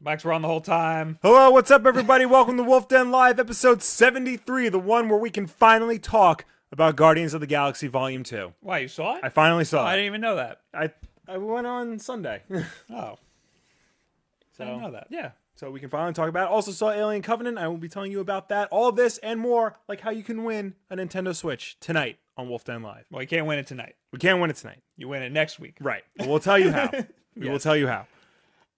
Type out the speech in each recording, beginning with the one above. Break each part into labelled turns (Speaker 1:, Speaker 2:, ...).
Speaker 1: Mike's wrong the whole time.
Speaker 2: Hello, what's up, everybody? Welcome to Wolf Den Live, episode 73, the one where we can finally talk about Guardians of the Galaxy Volume 2.
Speaker 1: Why you saw it?
Speaker 2: I finally saw
Speaker 1: I
Speaker 2: it.
Speaker 1: didn't even know that.
Speaker 2: I, I went on Sunday.
Speaker 1: Oh, I didn't know that.
Speaker 2: Yeah. So we can finally talk about it. Also saw Alien Covenant. I will be telling you about that, all of this and more, like how you can win a Nintendo Switch tonight on Wolf Den Live.
Speaker 1: Well, you can't win it tonight.
Speaker 2: We can't win it tonight.
Speaker 1: You win it next week.
Speaker 2: Right. But we'll tell you how. We will tell you how.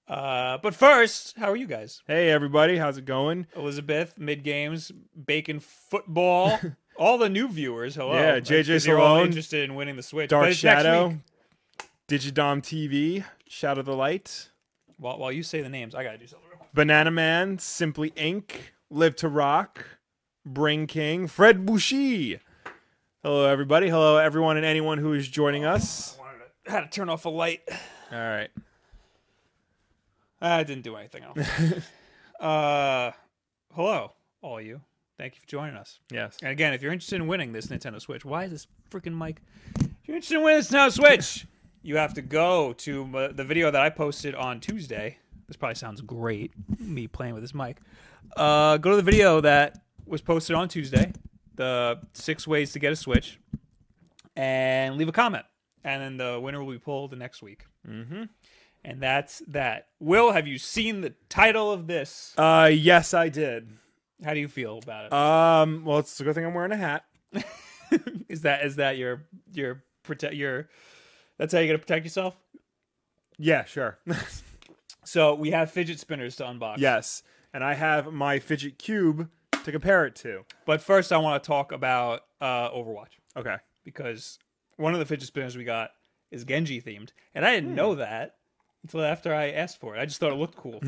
Speaker 1: Uh, but first, how are you guys?
Speaker 2: Hey everybody, how's it going?
Speaker 1: Elizabeth, mid games, bacon football. All the new viewers, hello.
Speaker 2: Yeah,
Speaker 1: That's
Speaker 2: JJ
Speaker 1: 'cause you're all
Speaker 2: Salone.
Speaker 1: interested in winning the Switch.
Speaker 2: Dark
Speaker 1: But it's next week.
Speaker 2: Shadow, Digidom TV, Shadow of the Light,
Speaker 1: While, while you say the names, I gotta do something. real quick.
Speaker 2: Banana Man, Simply Inc., Live to Rock, Brain King, Fred Bushy. Hello everybody. Hello everyone and anyone who is joining us.
Speaker 1: I wanted to, had to turn off a light.
Speaker 2: All right.
Speaker 1: I didn't do anything else. uh, hello, all you. Thank you for joining us.
Speaker 2: Yes.
Speaker 1: And again, if you're interested in winning this Nintendo Switch, why is this freaking mic? If you're interested in winning this Nintendo Switch, you have to go to uh, the video that I posted on Tuesday. This probably sounds great, me playing with this mic. Uh, go to the video that was posted on Tuesday, the six ways to get a Switch, and leave a comment. And then the winner will be pulled the next week. Mm-hmm. And that's that. Will, have you seen the title of this?
Speaker 2: Uh yes, I did.
Speaker 1: How do you feel about it?
Speaker 2: Um well, it's a good thing I'm wearing a hat.
Speaker 1: is that is that your your protect your that's how you're gonna protect yourself
Speaker 2: Yeah, sure.
Speaker 1: so we have fidget spinners to unbox
Speaker 2: yes. And I have my fidget cube to compare it to.
Speaker 1: but first i want to talk about uh overwatch
Speaker 2: Okay.
Speaker 1: because one of the fidget spinners we got is genji themed and i didn't know that until after i asked for it i just thought it looked cool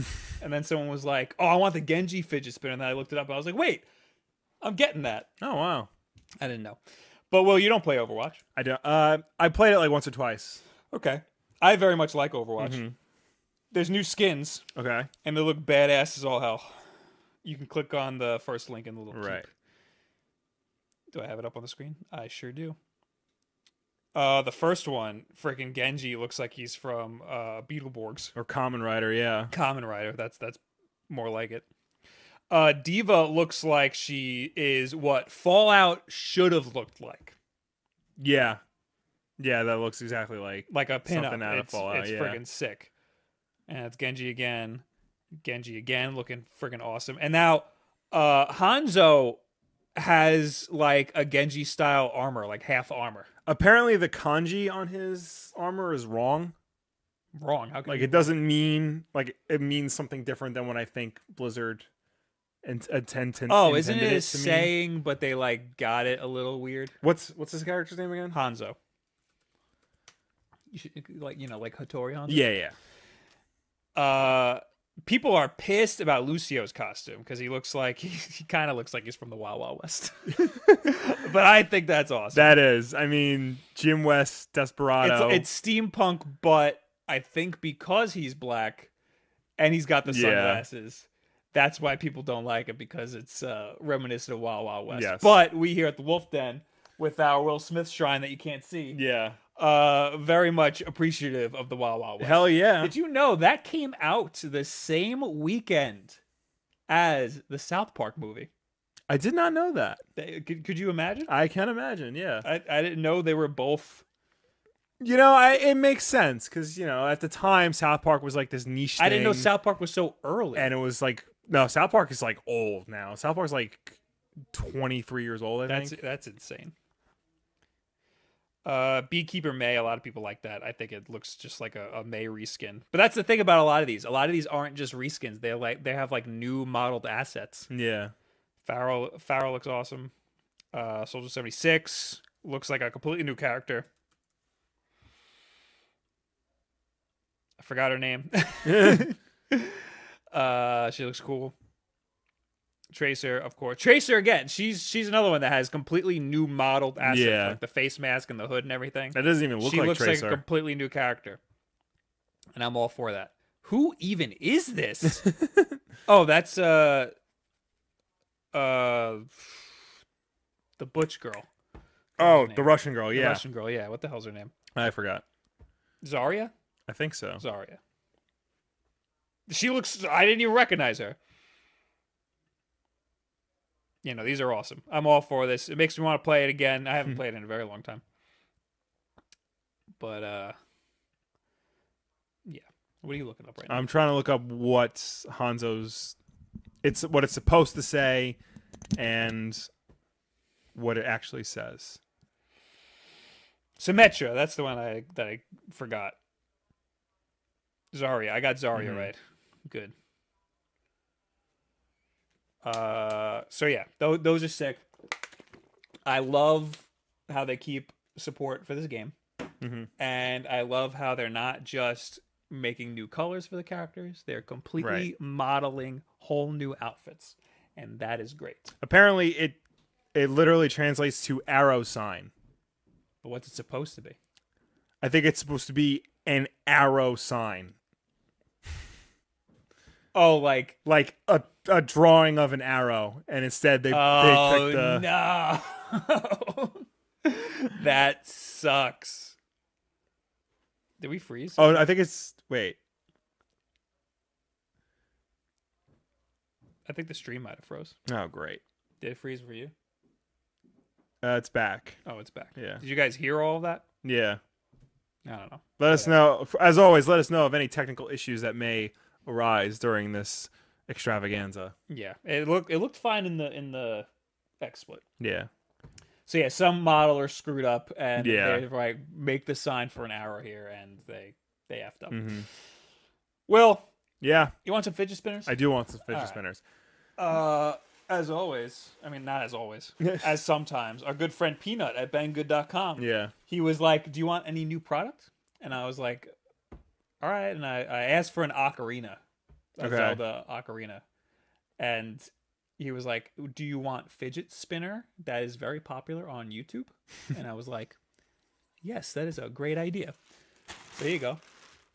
Speaker 1: and then someone was like oh i want the genji fidget spinner and then i looked it up and i was like wait i'm getting that
Speaker 2: Oh wow.
Speaker 1: i didn't know but well you don't play overwatch
Speaker 2: I don't uh I played it like once or twice.
Speaker 1: okay i very much like overwatch
Speaker 2: Mm-hmm.
Speaker 1: there's new skins
Speaker 2: Okay.
Speaker 1: and they look badass as all hell. You can click on the first link in the little
Speaker 2: Right.
Speaker 1: Keep. Do I have it up on the screen? I sure do. Uh, the first one, freaking Genji, looks like he's from uh, Beetleborgs.
Speaker 2: Or Common Rider, yeah.
Speaker 1: Common Rider. That's that's more like it. Uh, Diva looks like she is what Fallout should have looked like,
Speaker 2: Yeah. Yeah, that looks exactly like
Speaker 1: like a pinup.
Speaker 2: Something out of
Speaker 1: it's
Speaker 2: Fallout,
Speaker 1: it's
Speaker 2: yeah.
Speaker 1: friggin' sick. And it's Genji again. Genji again looking freaking awesome. And now uh Hanzo has like a Genji style armor, like half armor.
Speaker 2: apparently the kanji on his armor is wrong.
Speaker 1: Wrong. How can
Speaker 2: Like
Speaker 1: you-
Speaker 2: it doesn't mean like it means something different than what I think Blizzard and intend
Speaker 1: Oh, isn't
Speaker 2: intended
Speaker 1: it a
Speaker 2: to mean.
Speaker 1: saying, but they like got it a little weird?
Speaker 2: What's what's his character's name again?
Speaker 1: Hanzo. You should, like you know, like Hattori Hanzo.
Speaker 2: Yeah, yeah.
Speaker 1: uh people are pissed about Lucio's costume because he looks like he, he kind of looks like he's from the Wild Wild West. but I think that's awesome.
Speaker 2: That is. I mean, Jim West Desperado.
Speaker 1: it's, it's steampunk, but I think because he's black and he's got the
Speaker 2: Yeah.
Speaker 1: sunglasses, that's why people don't like it because it's uh, reminiscent of Wild Wild West.
Speaker 2: Yes.
Speaker 1: But we here at the Wolf Den with our Will Smith shrine that you can't see,
Speaker 2: yeah.
Speaker 1: uh, very much appreciative of the Wild Wild West.
Speaker 2: Hell yeah.
Speaker 1: Did you know that came out the same weekend as the South Park movie?
Speaker 2: I did not know that.
Speaker 1: They- Could, could you imagine?
Speaker 2: I can imagine, yeah.
Speaker 1: I, I didn't know they were both.
Speaker 2: You know, I it makes sense cuz you know, at the time South Park was like this niche
Speaker 1: I didn't know
Speaker 2: thing,
Speaker 1: South Park was so early.
Speaker 2: and it was like no, South Park is like old now. South Park's like 23 years old, I
Speaker 1: that's
Speaker 2: think.
Speaker 1: that's insane. Uh, Beekeeper May. A lot of people like that. I think it looks just like a, a May reskin. But that's the thing about a lot of these. A lot of these aren't just reskins. They like they have like new modeled assets.
Speaker 2: Yeah.
Speaker 1: Farrell Farrell looks awesome. Uh, Soldier seventy six looks like a completely new character. I forgot her name. uh, she looks cool. Tracer, of course. Tracer again. She's she's another one that has completely new modeled assets,
Speaker 2: Yeah.
Speaker 1: like the face mask and the hood and everything.
Speaker 2: That doesn't even look
Speaker 1: she
Speaker 2: like
Speaker 1: looks
Speaker 2: Tracer.
Speaker 1: like a completely new character, and I'm all for that. Who even is this? Oh, that's uh uh the Butch girl.
Speaker 2: oh,
Speaker 1: name.
Speaker 2: the Russian girl.
Speaker 1: The
Speaker 2: Yeah,
Speaker 1: Russian girl, yeah. What the hell's her name?
Speaker 2: I forgot.
Speaker 1: Zarya?
Speaker 2: I think so.
Speaker 1: Zarya. She looks. I didn't even recognize her. You know, these are awesome. I'm all for this. It makes me want to play it again. I haven't played it in a very long time. But uh yeah. What are you looking up right now?
Speaker 2: I'm trying to look up what Hanzo's it's what it's supposed to say and what it actually says.
Speaker 1: Symmetra, that's the one I that I forgot. Zarya, I got Zarya
Speaker 2: Mhm.
Speaker 1: right. Good. Uh, so yeah, tho- those are sick. I love how they keep support for this game, Mm-hmm.
Speaker 2: Mhm.
Speaker 1: and I love how they're not just making new colors for the characters; they're completely modeling whole new outfits, and that is great.
Speaker 2: Apparently it it literally translates to arrow sign.
Speaker 1: But what's it supposed to be?
Speaker 2: I think it's supposed to be an arrow sign.
Speaker 1: Oh, like
Speaker 2: Like a a drawing of an arrow and instead they, uh, they
Speaker 1: Oh
Speaker 2: picked the
Speaker 1: no, that sucks. Did we freeze?
Speaker 2: Oh, I think it's wait.
Speaker 1: I think the stream might have froze.
Speaker 2: Oh, great.
Speaker 1: Did it freeze for you?
Speaker 2: Uh, it's back.
Speaker 1: Oh, it's back.
Speaker 2: Yeah.
Speaker 1: Did you guys hear all of that?
Speaker 2: Yeah.
Speaker 1: I don't know.
Speaker 2: Let us know, as always, let us know of any technical issues that may arise during this extravaganza.
Speaker 1: Yeah, it looked it looked fine in the in the XSplit.
Speaker 2: Yeah.
Speaker 1: So yeah, some modeler screwed up and
Speaker 2: Yeah.
Speaker 1: they like make the sign for an arrow here, and they they effed up.
Speaker 2: hmm
Speaker 1: Will,
Speaker 2: Yeah,
Speaker 1: you want some fidget spinners?
Speaker 2: I do want some fidget
Speaker 1: All right.
Speaker 2: spinners.
Speaker 1: Uh, as always, I mean, not as always, as sometimes, our good friend Peanut at banggood.com.
Speaker 2: Yeah.
Speaker 1: He was like, Do you want any new product? And I was like, All right. And I, I asked for an ocarina, a
Speaker 2: Okay.
Speaker 1: Zelda ocarina. And he was like, Do you want fidget spinner? That is very popular on YouTube. and I was like, Yes, that is a great idea. There you go.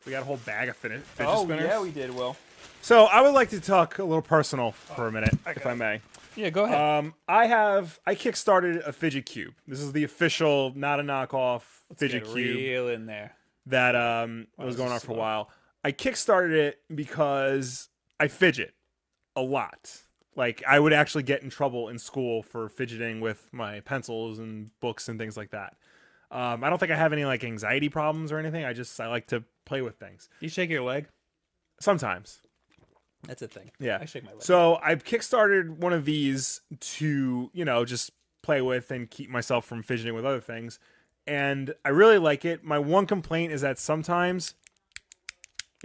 Speaker 2: We got a whole bag of fidget, fidget
Speaker 1: Oh,
Speaker 2: spinners.
Speaker 1: did, Will.
Speaker 2: so I would like to talk a little personal for a minute, if
Speaker 1: got
Speaker 2: I may.
Speaker 1: Yeah, go ahead.
Speaker 2: Um, I have I kickstarted a fidget cube. This is the official, not a knockoff fidget
Speaker 1: Get
Speaker 2: cube.
Speaker 1: real in there.
Speaker 2: that um was
Speaker 1: this
Speaker 2: going
Speaker 1: is
Speaker 2: on for a
Speaker 1: slow.
Speaker 2: while. I kickstarted it because I fidget a lot. Like I would actually get in trouble in school for fidgeting with my pencils and books and things like that. Um, I don't think I have any like anxiety problems or anything. I just I like to play with things
Speaker 1: You shake your leg.
Speaker 2: sometimes.
Speaker 1: That's a thing.
Speaker 2: Yeah.
Speaker 1: I shake my leg.
Speaker 2: So I kickstarted one of these to, you know, just play with and keep myself from fidgeting with other things. And I really like it. My one complaint is that sometimes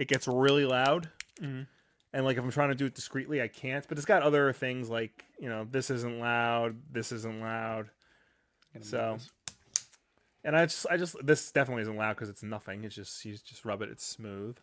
Speaker 2: it gets really loud. And like if I'm trying to do it discreetly, I can't. But it's got other things like, you know, this isn't loud, this isn't loud.
Speaker 1: Gonna move
Speaker 2: So
Speaker 1: this.
Speaker 2: and I just I just this definitely isn't loud because it's nothing. It's just you just rub it, it's smooth.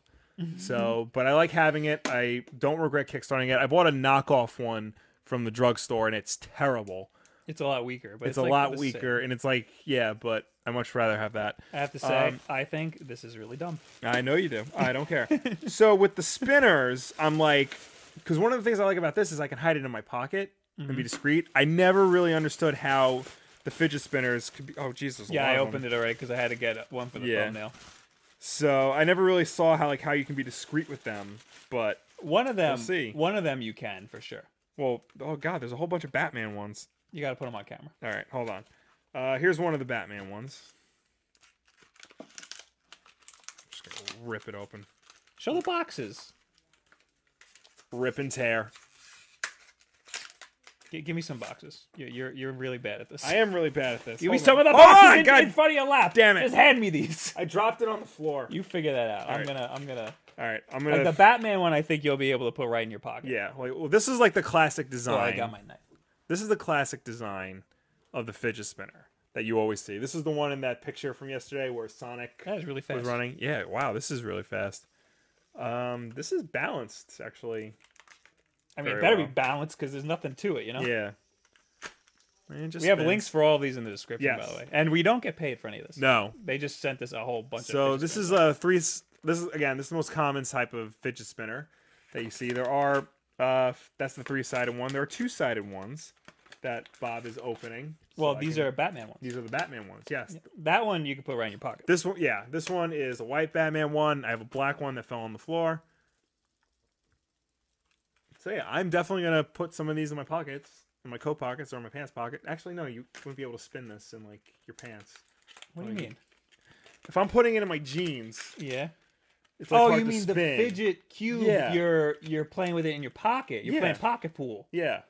Speaker 2: so but I like having it. I don't regret kickstarting it. I bought a knockoff one from the drugstore and it's terrible.
Speaker 1: It's a lot weaker, but it's,
Speaker 2: It's, a
Speaker 1: like
Speaker 2: lot
Speaker 1: the
Speaker 2: weaker and it's like, yeah, but I much rather have that.
Speaker 1: same. I have to say,
Speaker 2: Um,
Speaker 1: I think this is really dumb.
Speaker 2: I know you do. I don't care. so with the spinners, I'm like, because one of the things I like about this is I can hide it in my pocket
Speaker 1: Mm-hmm.
Speaker 2: and be discreet. I never really understood how the fidget spinners could be. Oh Jesus!
Speaker 1: Yeah, I opened it already because I had to get one for the
Speaker 2: Yeah.
Speaker 1: thumbnail.
Speaker 2: So I never really saw how like how you can be discreet with them. But
Speaker 1: One of them,
Speaker 2: see.
Speaker 1: one of them, you can for sure.
Speaker 2: well, oh god, there's a whole bunch of Batman ones.
Speaker 1: You got to put them on camera.
Speaker 2: All right, hold on. Uh, here's one of the Batman ones. I'm just gonna rip it open,
Speaker 1: Show the boxes.
Speaker 2: rip and tear.
Speaker 1: G- give me some boxes. You're, you're you're really bad at this.
Speaker 2: I am really bad at this.
Speaker 1: Give me
Speaker 2: Hold
Speaker 1: some
Speaker 2: on.
Speaker 1: of the
Speaker 2: Oh,
Speaker 1: boxes in,
Speaker 2: God
Speaker 1: in front of your lap.
Speaker 2: damn it.
Speaker 1: Just hand me these.
Speaker 2: I dropped it on the floor.
Speaker 1: You figure that out. I'm
Speaker 2: right.
Speaker 1: gonna I'm gonna
Speaker 2: All right, I'm
Speaker 1: like
Speaker 2: gonna.
Speaker 1: the Batman one. I think you'll be able to put right in your pocket.
Speaker 2: yeah, like, well, this is like the classic design.
Speaker 1: Oh, I got my knife.
Speaker 2: This is the classic design of the fidget spinner that you always see. This is the one in that picture from yesterday where Sonic
Speaker 1: That is really fast.
Speaker 2: was running. Yeah, wow, this is really fast. Um, this is balanced actually.
Speaker 1: I mean, it
Speaker 2: very
Speaker 1: better
Speaker 2: well.
Speaker 1: be balanced because there's nothing to it. You know.
Speaker 2: Yeah. Man, just
Speaker 1: We have
Speaker 2: spin.
Speaker 1: links for all these in the description, by
Speaker 2: Yes.
Speaker 1: the way, and we don't get paid for any of this.
Speaker 2: No.
Speaker 1: They just sent us a whole bunch
Speaker 2: So
Speaker 1: of
Speaker 2: this is a three. s- This is again. This is the most common type of fidget spinner that you see. There are. Uh, f- that's the three-sided one. There are two-sided ones that Bob is opening. So
Speaker 1: well,
Speaker 2: I
Speaker 1: these
Speaker 2: can-
Speaker 1: are Batman ones.
Speaker 2: these are the Batman ones. Yes.
Speaker 1: That one you can put right in your pocket.
Speaker 2: This one, yeah, this one is a white Batman one. I have a black one that fell on the floor. So yeah, I'm definitely gonna put some of these in my pockets, in my coat pockets or in my pants pocket. Actually, no, you wouldn't be able to spin this in like your pants.
Speaker 1: What do you
Speaker 2: Like,
Speaker 1: mean?
Speaker 2: If I'm putting it in my jeans,
Speaker 1: Yeah.
Speaker 2: it's like
Speaker 1: oh,
Speaker 2: hard
Speaker 1: you
Speaker 2: to
Speaker 1: mean the
Speaker 2: spin.
Speaker 1: fidget cube?
Speaker 2: Yeah.
Speaker 1: You're you're playing with it in your pocket. You're playing
Speaker 2: Yeah.
Speaker 1: pocket pool.
Speaker 2: Yeah,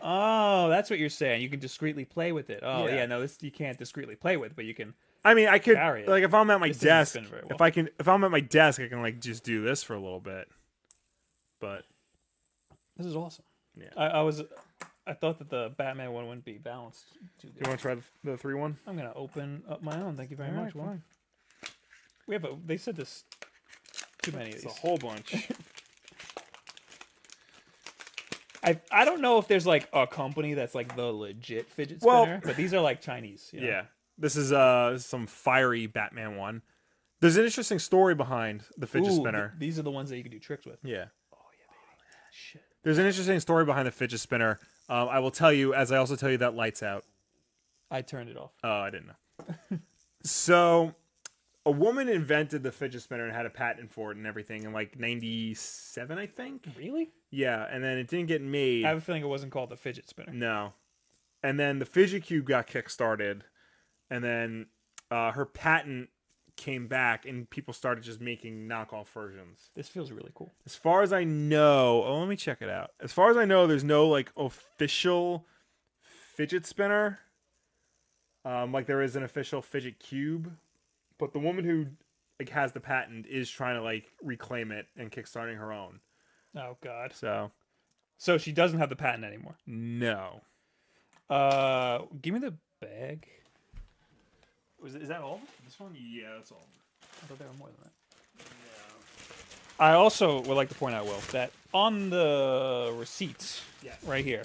Speaker 1: Oh, that's what you're saying. You can discreetly play with it. Oh, yeah.
Speaker 2: Yeah.
Speaker 1: no, this you can't discreetly play with, but you can.
Speaker 2: I mean, I could
Speaker 1: Carry it.
Speaker 2: like if I'm at my
Speaker 1: This doesn't
Speaker 2: desk.
Speaker 1: spin very well.
Speaker 2: If I can, if I'm at my desk, I can like just do this for a little bit. But
Speaker 1: This is awesome.
Speaker 2: Yeah.
Speaker 1: I, I was, I thought that the Batman one wouldn't be balanced too
Speaker 2: you
Speaker 1: good.
Speaker 2: want to try the, the three one?
Speaker 1: I'm gonna open up my own. Thank you very
Speaker 2: All
Speaker 1: much.
Speaker 2: right,
Speaker 1: One.
Speaker 2: fine.
Speaker 1: Yeah, but they said this too many of
Speaker 2: It's
Speaker 1: these.
Speaker 2: a whole bunch.
Speaker 1: I I don't know if there's like a company that's like the legit fidget
Speaker 2: Well-
Speaker 1: spinner, but these are like Chinese. You know?
Speaker 2: Yeah. This is uh some fiery Batman one. There's an interesting story behind the fidget
Speaker 1: Ooh, th-
Speaker 2: spinner.
Speaker 1: these are the ones that you can do tricks with. Ah,
Speaker 2: yeah.
Speaker 1: Shit.
Speaker 2: There's an interesting story behind the fidget spinner. Um, I will tell you as I also tell you that lights out.
Speaker 1: I turned it off.
Speaker 2: Oh, I didn't know. so a woman invented the fidget spinner and had a patent for it and everything in like 97 I think.
Speaker 1: Really?
Speaker 2: Yeah, and then it didn't get made.
Speaker 1: I have a feeling it wasn't called the fidget spinner.
Speaker 2: No. And then the fidget cube got kickstarted, and then uh, her patent came back, and people started just making knockoff versions.
Speaker 1: This feels really cool.
Speaker 2: As far as I know, oh, let me check it out. As far as I know, there's no like official fidget spinner. Um, like there is an official fidget cube, but the woman who like has the patent is trying to like reclaim it and kickstarting her own.
Speaker 1: Oh God.
Speaker 2: So
Speaker 1: So she doesn't have the patent anymore.
Speaker 2: no,
Speaker 1: Uh, give me the bag. Was is that all?
Speaker 2: this one, yeah, that's all.
Speaker 1: I thought there were more than that. I also would like to point out, Will, that on the receipts,
Speaker 2: Yeah.
Speaker 1: right here,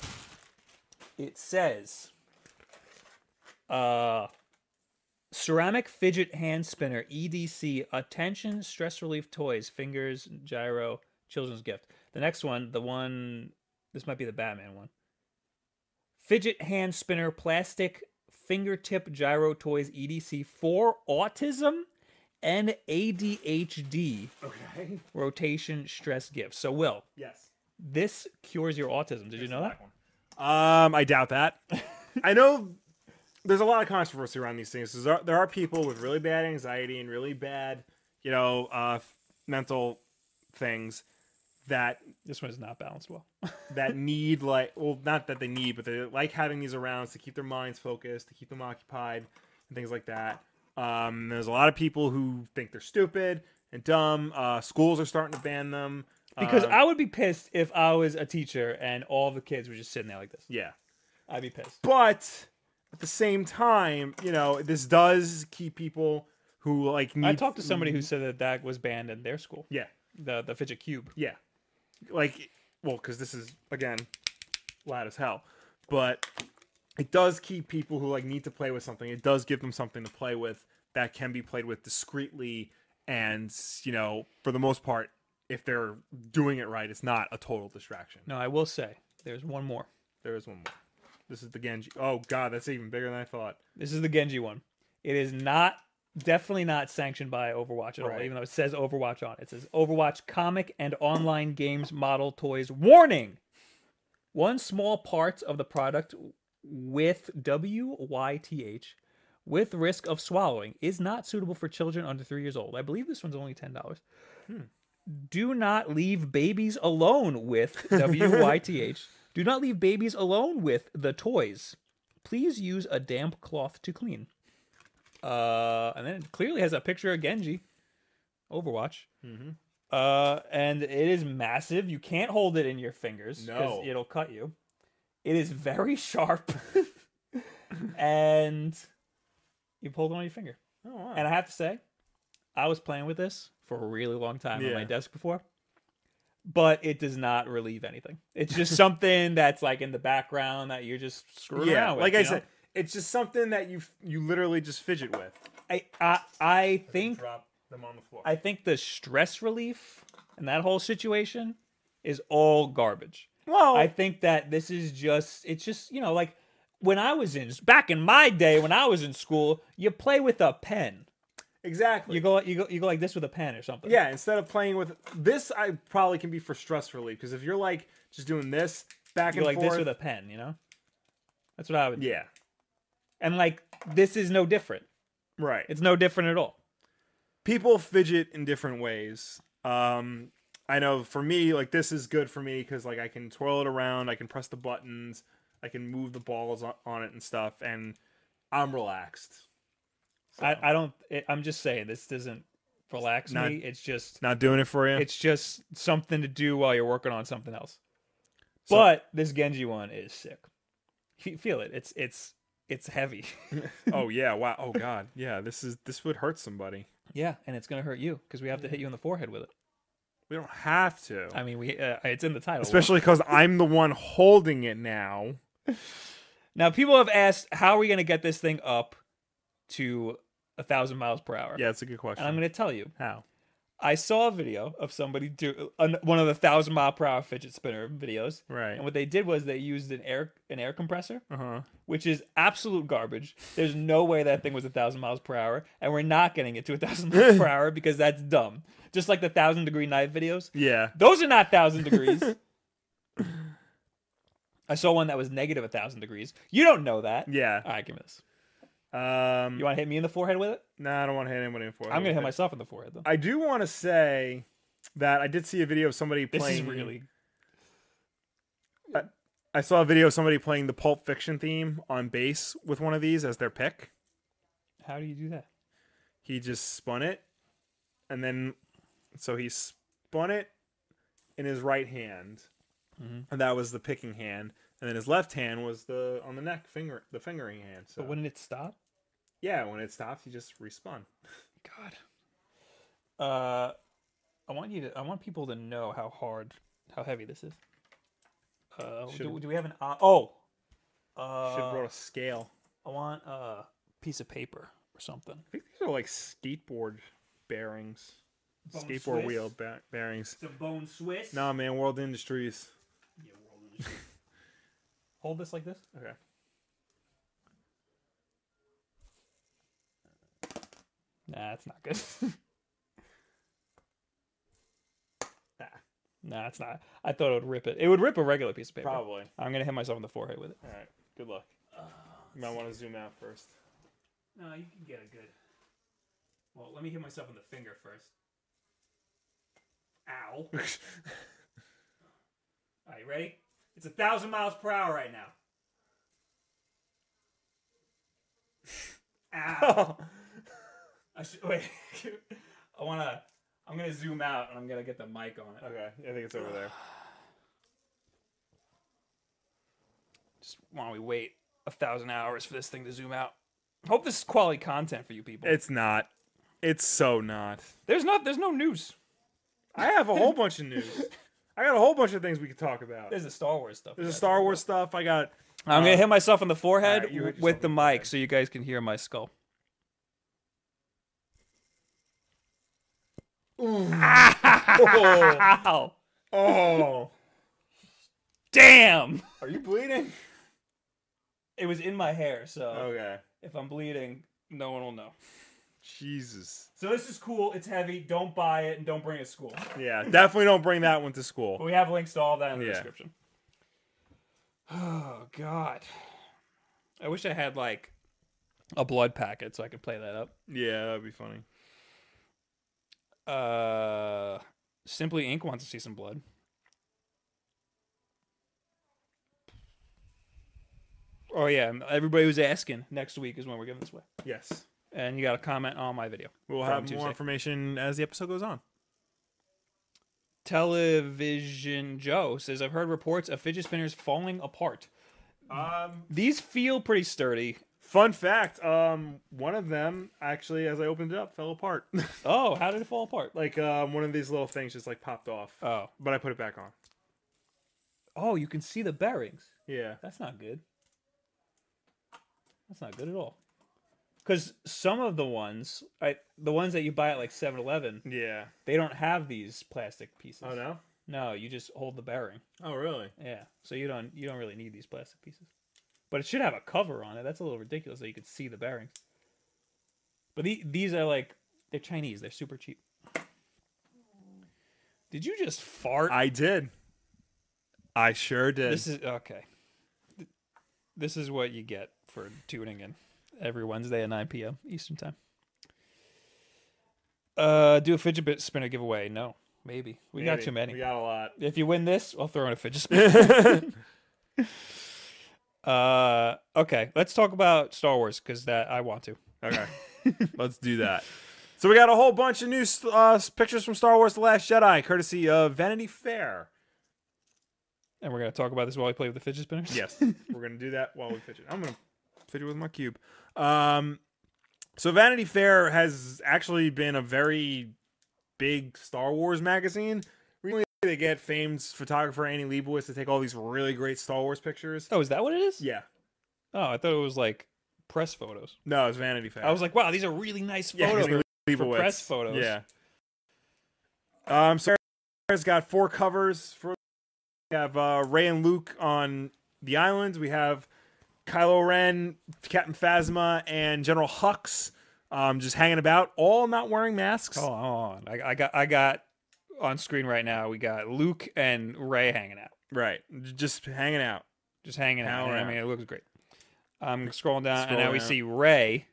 Speaker 1: it says, uh, ceramic fidget hand spinner EDC attention stress relief toys fingers gyro children's gift. The next one, the one this might be the Batman one. Fidget hand spinner plastic fingertip gyro toys EDC for autism and ADHD
Speaker 2: Okay.
Speaker 1: rotation stress gift. So, Will,
Speaker 2: Yes.
Speaker 1: this cures your autism. Did you know that?
Speaker 2: Um, I doubt that. I know there's a lot of controversy around these things. There are, there are people with really bad anxiety and really bad, you know, uh, f- mental things that
Speaker 1: This one is not balanced well.
Speaker 2: that need like well, not that they need, but they like having these around to keep their minds focused, to keep them occupied, and things like that. Um, there's a lot of people who think they're stupid and dumb. Uh, schools are starting to ban them
Speaker 1: Because
Speaker 2: Um,
Speaker 1: I would be pissed if I was a teacher and all the kids were just sitting there like this.
Speaker 2: yeah.
Speaker 1: I'd be pissed.
Speaker 2: but at the same time, you know, this does keep people who like need.
Speaker 1: I talked to somebody who said that that was banned in their school.
Speaker 2: Yeah,
Speaker 1: The the fidget cube.
Speaker 2: yeah, like, well, because this is again loud as hell, but it does keep people who like need to play with something. It does give them something to play with that can be played with discreetly, and you know, for the most part, if they're doing it right, it's not a total distraction.
Speaker 1: No, I will say there's one more.
Speaker 2: There is one more. This is the Genji. Oh God, that's even bigger than I thought.
Speaker 1: This is the Genji one. It is not definitely not sanctioned by Overwatch at all,
Speaker 2: Right.
Speaker 1: even though it says Overwatch on it. It says Overwatch comic and online games model toys warning. One small part of the product with W Y T H with risk of swallowing is not suitable for children under three years old. I believe this one's only ten dollars. Do not leave babies alone with W Y T H. Do not leave babies alone with the toys. Please use a damp cloth to clean. Uh, and then it clearly has a picture of Genji, Overwatch. Uh, and it is massive. You can't hold it in your fingers. 'cause
Speaker 2: No.
Speaker 1: it'll cut you. It is very sharp, and you pulled it on your finger.
Speaker 2: Oh wow.
Speaker 1: And I have to say, I was playing with this for a really long time on my
Speaker 2: Yeah.
Speaker 1: desk before, but it does not relieve anything. It's just something that's like in the background that you're just screwing
Speaker 2: yeah,
Speaker 1: around with.
Speaker 2: like
Speaker 1: you
Speaker 2: I
Speaker 1: know?
Speaker 2: said, it's just something that you you literally just fidget with.
Speaker 1: I I, I think
Speaker 2: Drop them on the floor.
Speaker 1: I think the stress relief and that whole situation is all garbage.
Speaker 2: well,
Speaker 1: I think that this is just it's just you know like when I was in back in my day when I was in school, you play with a pen.
Speaker 2: Exactly.
Speaker 1: You go you go you go like this with a pen or something.
Speaker 2: yeah, instead of playing with this, I probably can be for stress relief because if you're like just doing this back
Speaker 1: You go
Speaker 2: and
Speaker 1: like
Speaker 2: forth,
Speaker 1: this with a pen, you know? That's what I would
Speaker 2: yeah,
Speaker 1: And like this is no different.
Speaker 2: right.
Speaker 1: It's no different at all.
Speaker 2: people fidget in different ways. Um, I know for me, like this is good for me because like I can twirl it around, I can press the buttons, I can move the balls on, on it and stuff, and I'm relaxed.
Speaker 1: I, I don't it, I'm just saying this doesn't relax
Speaker 2: Not-
Speaker 1: me. It's just
Speaker 2: Not doing it for you.
Speaker 1: it's just something to do while you're working on something else.
Speaker 2: So-
Speaker 1: but this Genji one is sick. You feel it. It's it's it's heavy.
Speaker 2: oh yeah, wow, oh god, yeah. This is this would hurt somebody.
Speaker 1: yeah, and it's gonna hurt you because we have to hit you in the forehead with it.
Speaker 2: We don't have to,
Speaker 1: I mean, we uh, it's in the title.
Speaker 2: especially because I'm the one holding it now.
Speaker 1: Now, people have asked, how are we going to get this thing up to a thousand miles per hour?
Speaker 2: Yeah, it's a good question.
Speaker 1: And I'm going to tell you,
Speaker 2: How?
Speaker 1: I saw a video of somebody do an- one of the thousand mile per hour fidget spinner videos.
Speaker 2: Right.
Speaker 1: And what they did was they used an air an air compressor,
Speaker 2: Uh huh.
Speaker 1: which is absolute garbage. There's no way that thing was a thousand miles per hour, and we're not getting it to a thousand miles per hour because that's dumb. Just like the thousand degree night videos,
Speaker 2: Yeah.
Speaker 1: those are not thousand degrees. I saw one that was negative a thousand degrees. You don't know that.
Speaker 2: Yeah.
Speaker 1: All right, give me this.
Speaker 2: Um.
Speaker 1: You want to hit me in the forehead with it?
Speaker 2: no, I don't want to hit anybody in the forehead.
Speaker 1: I'm gonna hit
Speaker 2: with it.
Speaker 1: myself in the forehead though.
Speaker 2: I do want to say that I did see a video of somebody
Speaker 1: This
Speaker 2: playing.
Speaker 1: is really
Speaker 2: I saw a video of somebody playing the Pulp Fiction theme on bass with one of these as their pick.
Speaker 1: how do you do that?
Speaker 2: He just spun it, and then so he spun it in his right hand,
Speaker 1: Mm-hmm.
Speaker 2: and that was the picking hand, and then his left hand was the on the neck finger, the fingering hand. So
Speaker 1: But wouldn't it stop?
Speaker 2: yeah, when it stops, he just respun.
Speaker 1: God. Uh I want you to I want people to know how hard how heavy this is. Uh do,
Speaker 2: Should've-
Speaker 1: do we have an o- oh
Speaker 2: Should have
Speaker 1: uh,
Speaker 2: brought a scale.
Speaker 1: I want a piece of paper or something.
Speaker 2: I think these are like skateboard bearings,
Speaker 1: Bone
Speaker 2: skateboard
Speaker 1: Swiss?
Speaker 2: wheel ba- bearings.
Speaker 1: It's a bone Swiss.
Speaker 2: Nah, man, World Industries.
Speaker 1: Hold this like this.
Speaker 2: Okay.
Speaker 1: Nah, that's not good. nah. Nah, it's not. I thought it would rip it. It would rip a regular piece of paper.
Speaker 2: Probably.
Speaker 1: I'm gonna hit myself in the forehead with it.
Speaker 2: All right. Good luck.
Speaker 1: Uh,
Speaker 2: You might want to zoom out first.
Speaker 1: No, you can get a good. Well, let me hit myself in the finger first. Ow! All right, you ready? It's a thousand miles per hour right now. Ow! Ah. I should wait. I wanna. I'm gonna zoom out and I'm gonna get the mic on it.
Speaker 2: okay. I think it's over there.
Speaker 1: Just why don't we wait a thousand hours for this thing to zoom out? Hope this is quality content for you people.
Speaker 2: It's not. It's so not.
Speaker 1: there's not. There's no news.
Speaker 2: I have a whole bunch of news. I got a whole bunch of things we could talk about.
Speaker 1: There's the Star Wars stuff.
Speaker 2: There's a Star Wars stuff. I got.
Speaker 1: I'm
Speaker 2: Uh,
Speaker 1: gonna hit myself in the forehead
Speaker 2: alright, you hit
Speaker 1: w- with
Speaker 2: yourself
Speaker 1: the
Speaker 2: in the
Speaker 1: mic
Speaker 2: forehead.
Speaker 1: so you guys can hear my skull. Ow!
Speaker 2: Oh.
Speaker 1: Damn!
Speaker 2: Are you bleeding?
Speaker 1: It was in my hair,
Speaker 2: Oh.
Speaker 1: so
Speaker 2: Okay.
Speaker 1: if I'm bleeding, no one will know.
Speaker 2: Jesus.
Speaker 1: So this is cool. It's heavy. Don't buy it and don't bring it to school.
Speaker 2: Yeah. Definitely don't bring that one to
Speaker 1: But
Speaker 2: school.
Speaker 1: we have links to all that in the
Speaker 2: Yeah.
Speaker 1: description. Oh God! I wish I had like a blood packet so I could play that up.
Speaker 2: Yeah, that'd be funny.
Speaker 1: Uh, Simply Ink wants to see some blood. Oh yeah, and everybody was asking. Next week is when we're giving this away,
Speaker 2: Yes.
Speaker 1: and you got to comment on my video.
Speaker 2: We'll
Speaker 1: From
Speaker 2: have
Speaker 1: Tuesday.
Speaker 2: more information as the episode goes on.
Speaker 1: Television Joe says, "I've heard reports of fidget spinners falling apart.
Speaker 2: Um,
Speaker 1: These feel pretty sturdy.
Speaker 2: Fun fact, um, one of them actually, as I opened it up, fell apart.
Speaker 1: Oh, how did it fall apart?
Speaker 2: like um, one of these little things just like popped off,
Speaker 1: Oh,
Speaker 2: but I put it back on.
Speaker 1: oh, you can see the bearings.
Speaker 2: Yeah,
Speaker 1: That's not good. That's not good at all. Because some of the ones, I, the ones that you buy at like 7 Eleven,
Speaker 2: yeah.
Speaker 1: they don't have these plastic pieces.
Speaker 2: Oh no.
Speaker 1: No, you just hold the bearing.
Speaker 2: Oh really?
Speaker 1: Yeah. So you don't you don't really need these plastic pieces. But it should have a cover on it. That's a little ridiculous that you could see the bearings. But the, these are like They're Chinese. They're super cheap. Did you just fart?
Speaker 2: I did. I sure did.
Speaker 1: This is okay. This is what you get for tuning in every Wednesday at 9 p.m. Eastern time. Uh, do a fidget bit spinner giveaway? No, maybe we got
Speaker 2: Maybe.
Speaker 1: too many.
Speaker 2: We got a lot.
Speaker 1: If you win this, I'll throw in a fidget spinner. uh, okay, let's talk about Star Wars because that I want to.
Speaker 2: Okay, let's do that. So we got a whole bunch of new uh, pictures from Star Wars: The Last Jedi, courtesy of Vanity Fair.
Speaker 1: And we're gonna talk about this while we play with the fidget spinners.
Speaker 2: Yes, we're gonna do that while we fidget. I'm gonna fidget with my cube. Um, so Vanity Fair has actually been a very big Star Wars magazine. Recently, they get famed photographer Annie Leibovitz to take all these really great Star Wars pictures.
Speaker 1: Oh, is that what it is?
Speaker 2: Yeah,
Speaker 1: Oh, I thought it was like press photos.
Speaker 2: no, it's Vanity Fair.
Speaker 1: I was like, wow, these are really nice
Speaker 2: yeah, 'cause
Speaker 1: photos.
Speaker 2: they
Speaker 1: for
Speaker 2: Leibovitz.
Speaker 1: press photos.
Speaker 2: Yeah. Um, so has got four covers for. We have uh, Ray and Luke on the islands. We have Kylo Ren, Captain Phasma, and General Hux um, just hanging about, all not wearing masks.
Speaker 1: Hold on, hold on. I, I got I got on screen right now. We got Luke and Ray hanging out,
Speaker 2: Right, j- just hanging out.
Speaker 1: just hanging out.
Speaker 2: Hanging
Speaker 1: I
Speaker 2: out.
Speaker 1: mean, it looks great. I'm scrolling down, and
Speaker 2: Scrolling
Speaker 1: now we
Speaker 2: down.
Speaker 1: see Ray.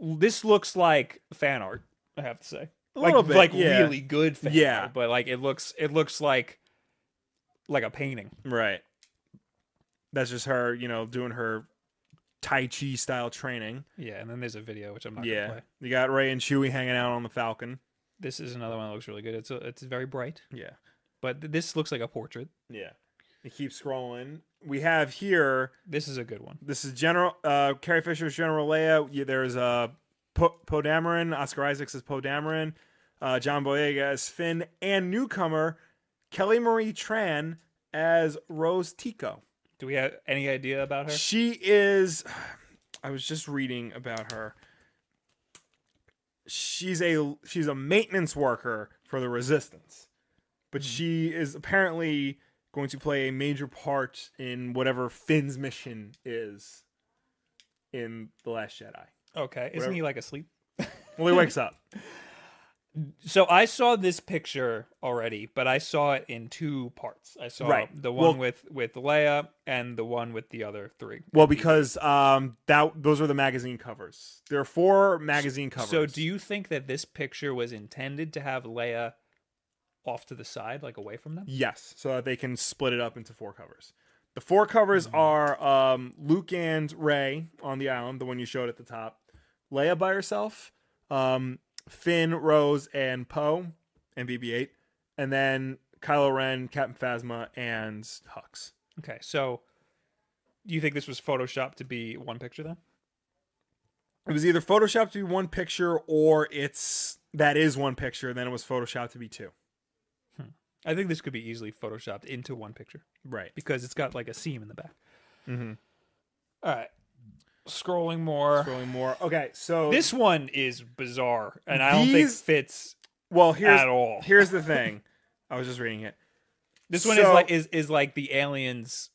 Speaker 1: This looks like fan art. I have to say,
Speaker 2: A
Speaker 1: like
Speaker 2: little bit,
Speaker 1: like
Speaker 2: yeah.
Speaker 1: really good fan
Speaker 2: Yeah.
Speaker 1: art, but like it looks it looks like like a painting.
Speaker 2: Right. That's just her, you know, doing her Tai Chi style training.
Speaker 1: Yeah, and then there's a video which I'm not
Speaker 2: yeah.
Speaker 1: gonna play.
Speaker 2: You got Ray and Chewie hanging out on the Falcon.
Speaker 1: This is another one that looks really good. It's a, it's very bright,
Speaker 2: Yeah.
Speaker 1: but th- this looks like a portrait.
Speaker 2: Yeah. You keep scrolling. We have here.
Speaker 1: This is a good one.
Speaker 2: This is General uh, Carrie Fisher's General Leia. Yeah, there's uh, po- Poe Dameron. Oscar Isaacs is Poe Dameron. Uh, John Boyega as Finn, and newcomer Kelly Marie Tran as Rose Tico.
Speaker 1: Do we have any idea about her?
Speaker 2: She is. I was just reading about her. She's a she's a maintenance worker for the Resistance, but
Speaker 1: Hmm.
Speaker 2: she is apparently going to play a major part in whatever Finn's mission is in the Last Jedi.
Speaker 1: Okay, isn't
Speaker 2: Whatever.
Speaker 1: he like asleep?
Speaker 2: Well, he wakes up.
Speaker 1: So I saw this picture already, but I saw it in two parts. I saw
Speaker 2: Right.
Speaker 1: the one
Speaker 2: Well-
Speaker 1: with with Leia and the one with the other three.
Speaker 2: Well, because um that those are the magazine covers. There are four magazine covers.
Speaker 1: So do you think that this picture was intended to have Leia off to the side, like away from them?
Speaker 2: Yes, so that they can split it up into four covers. The four covers
Speaker 1: Mm-hmm.
Speaker 2: are um, Luke and Ray on the island, the one you showed at the top. Leia by herself, um, Finn, Rose, and Poe, and BB-8, and then Kylo Ren, Captain Phasma, and Hux.
Speaker 1: Okay, so do you think this was photoshopped to be one picture then?
Speaker 2: It was either photoshopped to be one picture, or it's that is one picture. Then it was photoshopped to be two.
Speaker 1: I think this could be easily photoshopped into one picture
Speaker 2: Right.
Speaker 1: because it's got like a seam in the back.
Speaker 2: Mm-hmm.
Speaker 1: All right. Scrolling more.
Speaker 2: Scrolling more. Okay, so
Speaker 1: Uh, This one is bizarre and I don't think
Speaker 2: These-
Speaker 1: fits
Speaker 2: well here's
Speaker 1: at all.
Speaker 2: here's the thing. I was just reading it.
Speaker 1: This one is
Speaker 2: So-
Speaker 1: like is is like the aliens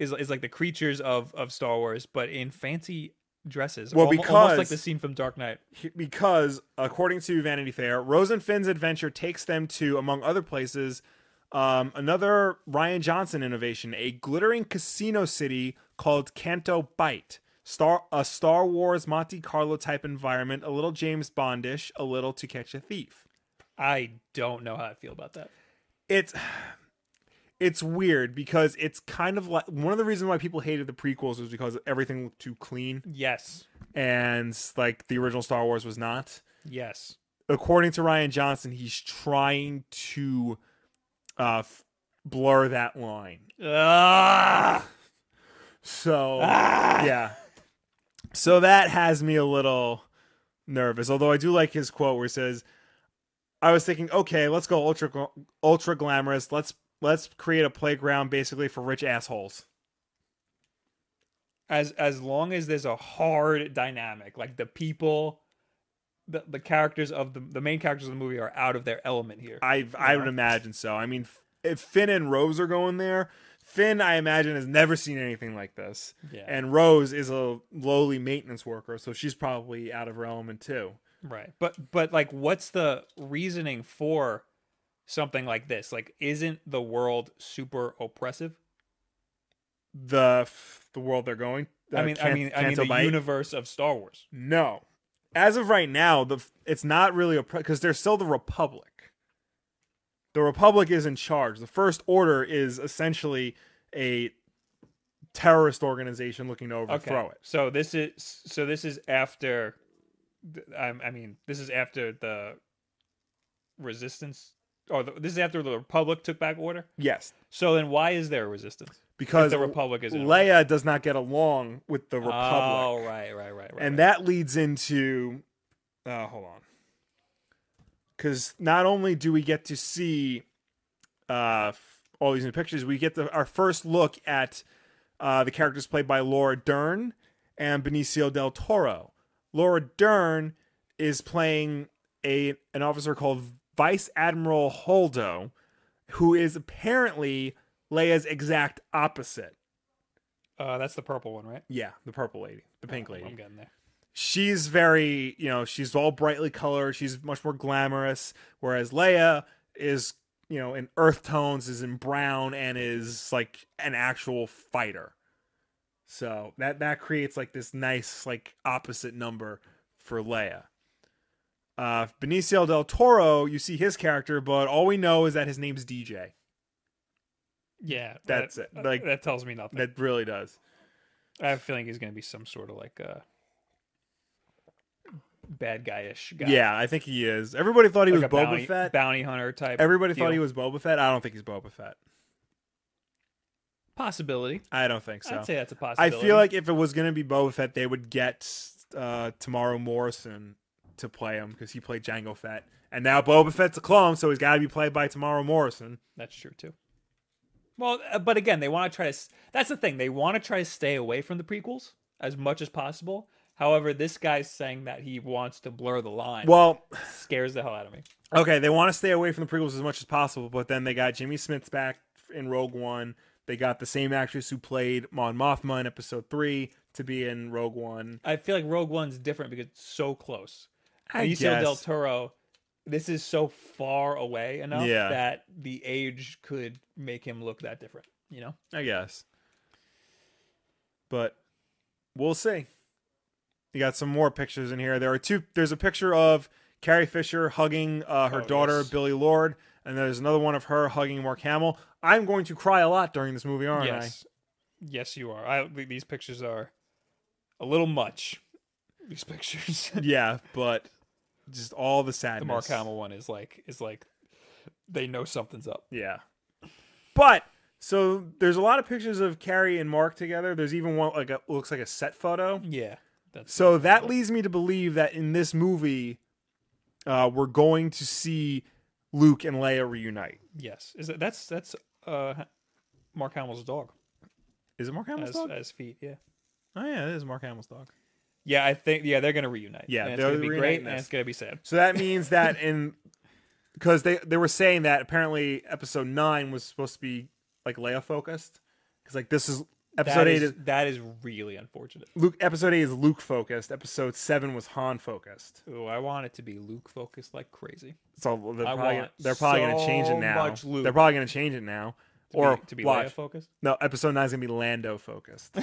Speaker 1: is is like the creatures of of Star Wars, but in fancy dresses.
Speaker 2: Well,
Speaker 1: Almo- almost, like
Speaker 2: because-
Speaker 1: the scene from Dark Knight.
Speaker 2: because according to Vanity Fair, Rose and Finn's adventure takes them to, among other places, um, another Ryan Johnson innovation, a glittering casino city called Canto Bight. Star a Star Wars Monte Carlo type environment, a little James Bondish, a little to catch a thief.
Speaker 1: I don't know how I feel about that.
Speaker 2: It's it's weird because it's kind of like one of the reasons why people hated the prequels was because everything looked too clean
Speaker 1: Yes,
Speaker 2: and like the original Star Wars was not.
Speaker 1: yes,
Speaker 2: according to Ryan Johnson, he's trying to uh, f- blur that line.
Speaker 1: ah,
Speaker 2: So
Speaker 1: ah!
Speaker 2: yeah, so that has me a little nervous. Although I do like his quote where he says, "I was thinking, okay, let's go ultra gla- ultra glamorous. Let's let's create a playground basically for rich assholes."
Speaker 1: As as long as there's a hard dynamic, like the people, the the characters of the the main characters of the movie are out of their element here.
Speaker 2: I I would
Speaker 1: Yeah.
Speaker 2: imagine so. I mean, if Finn and Rose are going there. Finn, I imagine, has never seen anything like this.
Speaker 1: yeah,
Speaker 2: And Rose is a lowly maintenance worker, so she's probably out of her element too.
Speaker 1: Right. But but like what's the reasoning for something like this? Like isn't the world super oppressive?
Speaker 2: The f- the world they're going. uh,
Speaker 1: I mean I
Speaker 2: Can-
Speaker 1: mean I mean
Speaker 2: Canto
Speaker 1: the
Speaker 2: Bight?
Speaker 1: universe of Star Wars.
Speaker 2: No, as of right now, the it's not really a because there's still the Republic. The Republic is in charge. The First Order is essentially a terrorist organization looking to overthrow it.
Speaker 1: So this is so this is after I, I mean this is after the resistance or the, this is after the republic took back order.
Speaker 2: Yes,
Speaker 1: So then why is there a resistance?
Speaker 2: because
Speaker 1: the Republic is in it.
Speaker 2: Leia does not get along with the Republic,
Speaker 1: Oh, right, right, right, right.
Speaker 2: and
Speaker 1: right.
Speaker 2: that leads into. Uh, hold on, because not only do we get to see uh, f- all these new pictures, we get the, our first look at uh, the characters played by Laura Dern and Benicio del Toro. Laura Dern is playing a an officer called Vice Admiral Holdo, who is apparently Leia's exact opposite.
Speaker 1: uh, that's the purple one, right?
Speaker 2: Yeah, the purple lady, the pink
Speaker 1: I'm
Speaker 2: lady.
Speaker 1: getting there.
Speaker 2: She's very, you know, she's all brightly colored. She's much more glamorous, whereas Leia is, you know, in earth tones, is in brown, and is like an actual fighter. So that that creates like this nice like opposite number for Leia. Uh, Benicio del Toro, you see his character, but all we know is that his name's DJ.
Speaker 1: Yeah,
Speaker 2: That's
Speaker 1: that,
Speaker 2: it, like-
Speaker 1: that tells me nothing.
Speaker 2: That really does.
Speaker 1: I have a feeling he's going to be some sort of like uh, bad guy-ish guy.
Speaker 2: Yeah, I think he is. Everybody thought he
Speaker 1: like
Speaker 2: was
Speaker 1: a
Speaker 2: Boba
Speaker 1: bounty,
Speaker 2: Fett.
Speaker 1: bounty hunter type.
Speaker 2: Everybody thought
Speaker 1: deal.
Speaker 2: he was Boba Fett. I don't think he's Boba Fett.
Speaker 1: possibility.
Speaker 2: I don't think so.
Speaker 1: I'd say that's a
Speaker 2: I
Speaker 1: possibility.
Speaker 2: feel like if it was going to be Boba Fett, they would get uh, Tomorrow Morrison to play him because he played Django Fett, and now Boba Fett's a clone, so he's got to be played by Tomorrow Morrison.
Speaker 1: that's true too. Well, uh, but again, they want to try to. s- That's the thing. They want to try to stay away from the prequels as much as possible. However, this guy's saying that he wants to blur the line.
Speaker 2: Well,
Speaker 1: scares the hell out of me.
Speaker 2: okay, they want to stay away from the prequels as much as possible, but then they got Jimmy Smith back in Rogue One. They got the same actress who played Mon Mothma in Episode Three to be in Rogue One.
Speaker 1: I feel like Rogue One's different because it's so close.
Speaker 2: I
Speaker 1: Benicio
Speaker 2: guess.
Speaker 1: del Toro, this is so far away enough
Speaker 2: Yeah.
Speaker 1: that the age could make him look that different. You know,
Speaker 2: I guess. But we'll see. You got some more pictures in here. There are two. There's a picture of Carrie Fisher hugging uh, her
Speaker 1: Oh,
Speaker 2: daughter
Speaker 1: yes.
Speaker 2: Billy Lord, and there's another one of her hugging Mark Hamill. I'm going to cry a lot during this movie, aren't
Speaker 1: yes, yes, you are. I these pictures are a little much. These pictures,
Speaker 2: I? Yeah, but just all the sadness.
Speaker 1: the Mark Hamill one is like is like they know something's up.
Speaker 2: Yeah. But so there's a lot of pictures of Carrie and Mark together. There's even one like a, looks like a set photo.
Speaker 1: Yeah, that's
Speaker 2: So that leads me to believe that in this movie, uh, we're going to see Luke and Leia reunite.
Speaker 1: yes. Is that that's that's uh Mark Hamill's dog
Speaker 2: Is it Mark Hamill's
Speaker 1: as, uh,
Speaker 2: dog?
Speaker 1: as feet. Yeah.
Speaker 2: oh yeah, it is Mark Hamill's dog.
Speaker 1: Yeah, I think yeah they're gonna reunite.
Speaker 2: Yeah,
Speaker 1: and it's
Speaker 2: they'll
Speaker 1: gonna be
Speaker 2: reunite
Speaker 1: great,
Speaker 2: in
Speaker 1: and
Speaker 2: this.
Speaker 1: it's gonna be sad.
Speaker 2: So that means that in because they they were saying that apparently episode nine was supposed to be like Leia focused because like this is episode
Speaker 1: That
Speaker 2: eight
Speaker 1: is-
Speaker 2: is
Speaker 1: that is really unfortunate.
Speaker 2: Luke episode eight is Luke focused. Episode seven was Han focused.
Speaker 1: Ooh, I want it to be Luke focused like crazy.
Speaker 2: So they're
Speaker 1: I
Speaker 2: probably,
Speaker 1: want
Speaker 2: they're probably
Speaker 1: so
Speaker 2: gonna change it now.
Speaker 1: much Luke.
Speaker 2: They're probably gonna change it now.
Speaker 1: To
Speaker 2: or
Speaker 1: be, to be Leia
Speaker 2: watch.
Speaker 1: focused.
Speaker 2: No, episode nine is gonna be Lando focused.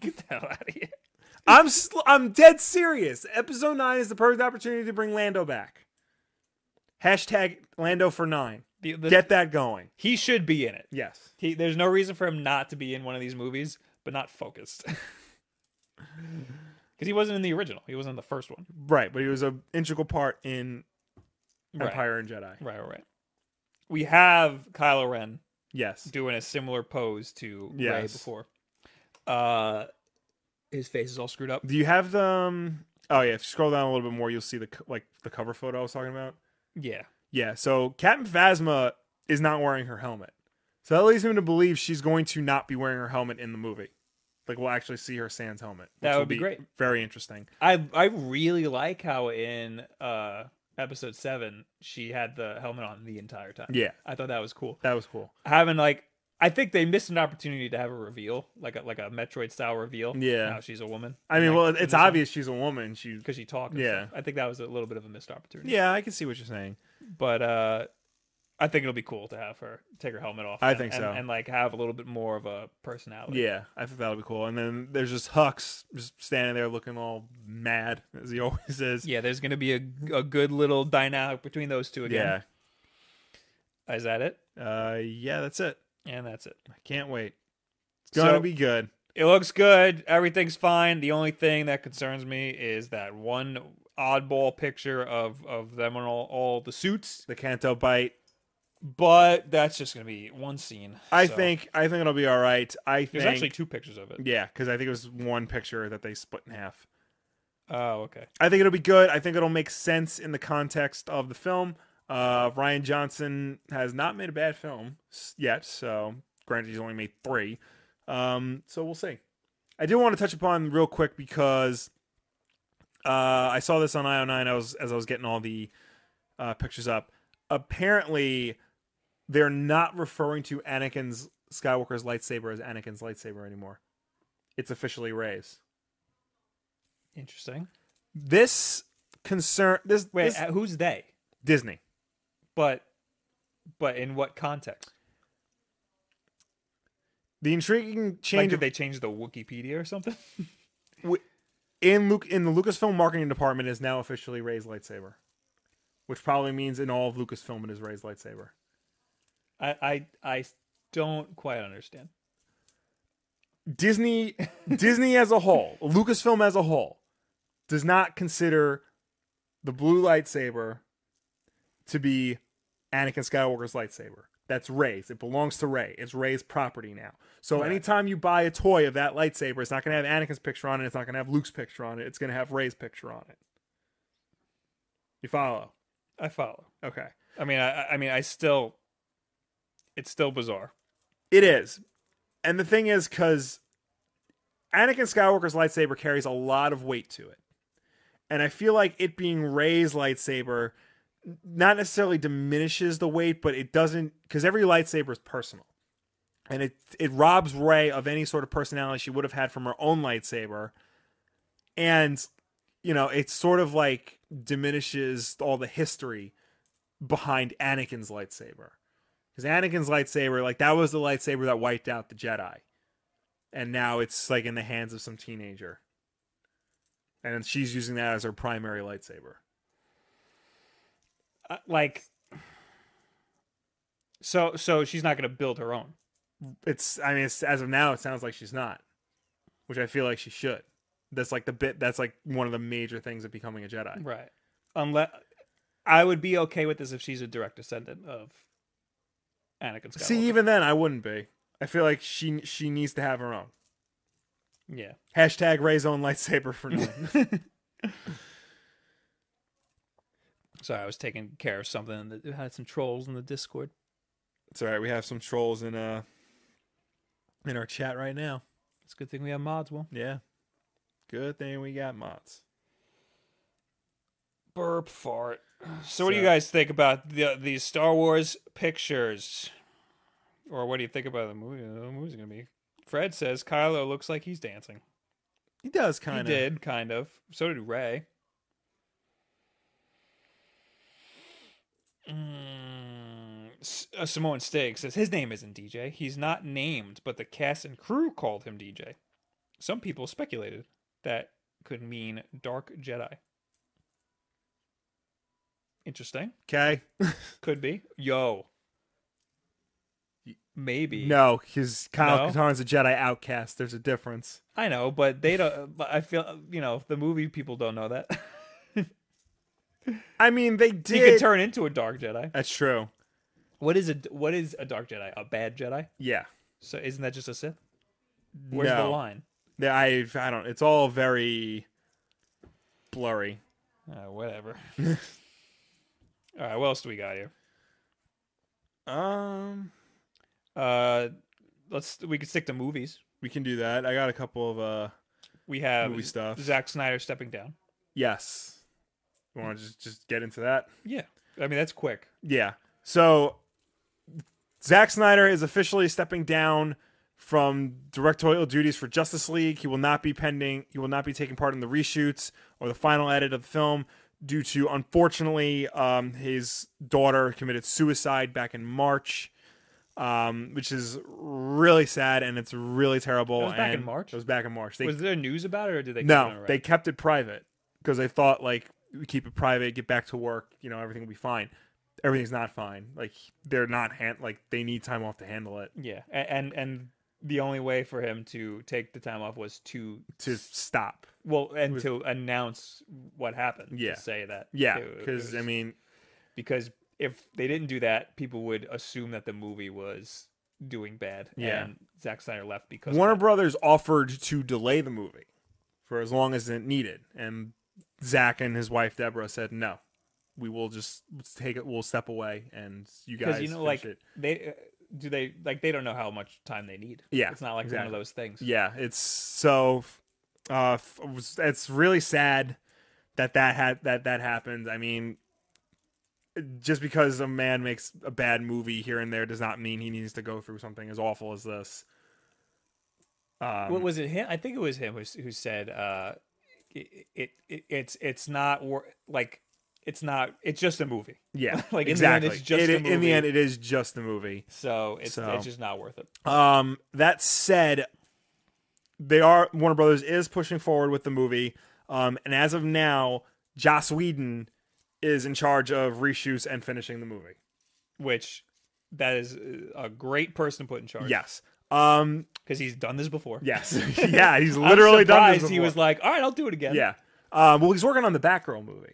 Speaker 1: Get the hell out of here.
Speaker 2: I'm sl- I'm dead serious. Episode nine is the perfect opportunity to bring Lando back. Hashtag Lando for nine.
Speaker 1: The- the-
Speaker 2: Get that going.
Speaker 1: he should be in it.
Speaker 2: Yes.
Speaker 1: He, there's no reason for him not to be in one of these movies, but not focused. Because he wasn't in the original. He wasn't in the first one.
Speaker 2: Right, but he was an integral part in
Speaker 1: Right.
Speaker 2: Empire and Jedi.
Speaker 1: Right, right, right. We have Kylo Ren
Speaker 2: Yes.
Speaker 1: doing a similar pose to Ray
Speaker 2: Yes.
Speaker 1: before. Uh, his face is all screwed up.
Speaker 2: Do you have the? Um, oh yeah. If you scroll down a little bit more, you'll see the co- like the cover photo I was talking about.
Speaker 1: Yeah.
Speaker 2: Yeah. So Captain Phasma is not wearing her helmet. So that leads me to believe she's going to not be wearing her helmet in the movie. Like we'll actually see her sans helmet.
Speaker 1: That
Speaker 2: which will
Speaker 1: would be great.
Speaker 2: Very interesting.
Speaker 1: I I really like how in uh episode seven she had the helmet on the entire time.
Speaker 2: Yeah.
Speaker 1: I thought that was cool.
Speaker 2: That was cool.
Speaker 1: Having like I think they missed an opportunity to have a reveal, like a like a Metroid style reveal.
Speaker 2: Yeah.
Speaker 1: Now she's a woman.
Speaker 2: I mean, well, it's obvious she's a woman. She.
Speaker 1: because she talks.
Speaker 2: Yeah.
Speaker 1: Yeah. I think that was a little bit of a missed opportunity.
Speaker 2: Yeah, I can see what you're saying.
Speaker 1: But uh, I think it'll be cool to have her take her helmet off.
Speaker 2: I
Speaker 1: and-
Speaker 2: think
Speaker 1: and-
Speaker 2: so.
Speaker 1: And like have a little bit more of a personality.
Speaker 2: Oh, Yeah, I think that'll be cool. And then there's just Hux just standing there looking all mad as he always is.
Speaker 1: Yeah, there's gonna be a, a good little dynamic between those two
Speaker 2: Yeah.
Speaker 1: again. Yeah. Is that it?
Speaker 2: Uh, yeah, that's it.
Speaker 1: And that's it.
Speaker 2: I can't wait. It's gonna
Speaker 1: So-
Speaker 2: be good.
Speaker 1: It looks good. Everything's fine. The only thing that concerns me is that one oddball picture of of them in all, all the suits.
Speaker 2: The Canto bite.
Speaker 1: But that's just gonna be one scene.
Speaker 2: I
Speaker 1: so-
Speaker 2: think. I think it'll be all right. I
Speaker 1: there's
Speaker 2: think.
Speaker 1: actually two pictures of it.
Speaker 2: yeah, because I think it was one picture that they split in half.
Speaker 1: Oh, okay.
Speaker 2: I think it'll be good. I think it'll make sense in the context of the film. Uh, Ryan Johnson has not made a bad film s- yet, so granted he's only made three. Um, so we'll see. I did want to touch upon real quick because uh, I saw this on IO9. I was as I was getting all the uh, pictures up. Apparently, they're not referring to Anakin's Skywalker's lightsaber as Anakin's lightsaber anymore. It's officially Ray's.
Speaker 1: Interesting.
Speaker 2: This concern. This
Speaker 1: Wait,
Speaker 2: this-
Speaker 1: uh, who's they?
Speaker 2: Disney.
Speaker 1: But but in what context?
Speaker 2: The intriguing
Speaker 1: Like,
Speaker 2: change
Speaker 1: did
Speaker 2: of,
Speaker 1: they change the Wikipedia or something?
Speaker 2: in Luke in the Lucasfilm marketing department is now officially Ray's lightsaber, which probably means in all of Lucasfilm it is Ray's lightsaber.
Speaker 1: I I, I don't quite understand.
Speaker 2: Disney, Disney as a whole, Lucasfilm as a whole, does not consider the blue lightsaber to be Anakin Skywalker's lightsaber. That's Ray's. It belongs to Ray. It's Ray's property now. So
Speaker 1: Right.
Speaker 2: anytime you buy a toy of that lightsaber, it's not going to have Anakin's picture on it. It's not going to have Luke's picture on it. It's going to have Ray's picture on it. You follow?
Speaker 1: I follow.
Speaker 2: Okay.
Speaker 1: I mean, I, I mean, I still, it's still bizarre.
Speaker 2: It is. And the thing is, because Anakin Skywalker's lightsaber carries a lot of weight to it. And I feel like it being Rey's lightsaber n- not necessarily diminishes the weight, but it doesn't, because every lightsaber is personal. And it, it robs Rey of any sort of personality she would have had from her own lightsaber. And, you know, it sort of like diminishes all the history behind Anakin's lightsaber. Because Anakin's lightsaber, like that was the lightsaber that wiped out the Jedi, and now it's like in the hands of some teenager, and she's using that as her primary lightsaber.
Speaker 1: Uh, like, so so she's not going to build her own.
Speaker 2: It's, I mean, it's, as of now, it sounds like she's not, which I feel like she should. That's like the bit. That's like one of the major things of becoming a Jedi.
Speaker 1: Right. Unless I would be okay with this if she's a direct descendant of Anakin Skywalker.
Speaker 2: See, even then, I wouldn't be. I feel like she she needs to have her own.
Speaker 1: yeah.
Speaker 2: Hashtag Ray's own lightsaber for now.
Speaker 1: Sorry, I was taking care of something. and It had some trolls in the Discord.
Speaker 2: it's all right. We have some trolls in uh in our chat right now.
Speaker 1: It's a good thing we have mods, Will.
Speaker 2: Yeah. Good thing we got mods.
Speaker 1: Burp fart. So, what do you
Speaker 2: So-
Speaker 1: guys think about the these Star Wars pictures? Or what do you think about the movie? The movie's gonna be. Fred says Kylo looks like he's dancing.
Speaker 2: He does kind of.
Speaker 1: He did, kind of. So did Ray. Mm, S- uh, Samoan Stig says his name isn't DJ. He's not named, but the cast and crew called him DJ. Some people speculated that could mean Dark Jedi. Interesting.
Speaker 2: Okay.
Speaker 1: Could be. Yo. Maybe.
Speaker 2: No, because Kyle
Speaker 1: No?
Speaker 2: Katarn's a Jedi outcast. There's a difference.
Speaker 1: I know, but they don't. But I feel, you know, the movie people don't know that.
Speaker 2: I mean, they
Speaker 1: He
Speaker 2: did.
Speaker 1: could turn into a dark Jedi.
Speaker 2: That's true.
Speaker 1: What is a what is a dark Jedi? A bad Jedi?
Speaker 2: Yeah.
Speaker 1: So isn't that just a Sith? Where's the
Speaker 2: No.
Speaker 1: line?
Speaker 2: They- I I don't. It's all very blurry.
Speaker 1: Uh, whatever. All right, what else do we got here?
Speaker 2: Um,
Speaker 1: Uh, let's we could stick to movies.
Speaker 2: we can do that. I got a couple of uh.
Speaker 1: We have
Speaker 2: Movie stuff.
Speaker 1: Zack Snyder stepping down.
Speaker 2: Yes. You want to just just get into that?
Speaker 1: Yeah, I mean that's quick.
Speaker 2: Yeah. So Zack Snyder is officially stepping down from directorial duties for Justice League. He will not be pending. He will not be taking part in the reshoots or the final edit of the film due to, unfortunately, um, his daughter committed suicide back in March, um, which is really sad and it's really terrible.
Speaker 1: That was back in
Speaker 2: and-
Speaker 1: March?
Speaker 2: It was back in March. They
Speaker 1: Was there news about it, or did they?
Speaker 2: no,
Speaker 1: keep it on
Speaker 2: they
Speaker 1: wrap?
Speaker 2: kept it private because they thought like we keep it private, get back to work, you know, everything will be fine. Everything's not fine. Like they're not hand like they need time off to handle it
Speaker 1: Yeah, a- and and the only way for him to take the time off was to
Speaker 2: to stop.
Speaker 1: well and to announce what happened.
Speaker 2: Yeah.
Speaker 1: to say that.
Speaker 2: Yeah,
Speaker 1: it- it
Speaker 2: because I
Speaker 1: was-
Speaker 2: mean,
Speaker 1: because if they didn't do that, people would assume that the movie was doing bad.
Speaker 2: Yeah.
Speaker 1: and Zack Snyder left because of
Speaker 2: Warner
Speaker 1: that.
Speaker 2: Brothers offered to delay the movie for as long as it needed, and Zach and his wife Deborah said no. We will just take it. We'll step away, and you guys.
Speaker 1: because you know
Speaker 2: finish
Speaker 1: like
Speaker 2: it.
Speaker 1: they uh, do they like they don't know how much time they need.
Speaker 2: Yeah,
Speaker 1: it's not like one
Speaker 2: exactly.
Speaker 1: of those things.
Speaker 2: Yeah, it's so uh f- it's really sad that that had that that happened. I mean just because a man makes a bad movie here and there does not mean he needs to go through something as awful as this. Um,
Speaker 1: What was it? Him? I think it was him who, s- who said, uh, it, it, it it's it's not wor- like it's not it's just a movie.
Speaker 2: yeah,
Speaker 1: like, in the end,
Speaker 2: exactly.
Speaker 1: it's just
Speaker 2: It-
Speaker 1: a
Speaker 2: in
Speaker 1: movie.
Speaker 2: the end, it is just the movie.
Speaker 1: So it's
Speaker 2: So-
Speaker 1: it's just not worth it.
Speaker 2: Um, that said, they are Warner Brothers is pushing forward with the movie, um, and as of now, Joss Whedon is in charge of reshoots and finishing the movie.
Speaker 1: Which that is uh, a great person to put in charge.
Speaker 2: Yes. Um.
Speaker 1: because he's done this before.
Speaker 2: Yes. yeah. He's
Speaker 1: I'm
Speaker 2: literally done this.
Speaker 1: surprised He was like, all right, I'll do it again.
Speaker 2: yeah. Um. Well, he's working on the Batgirl movie.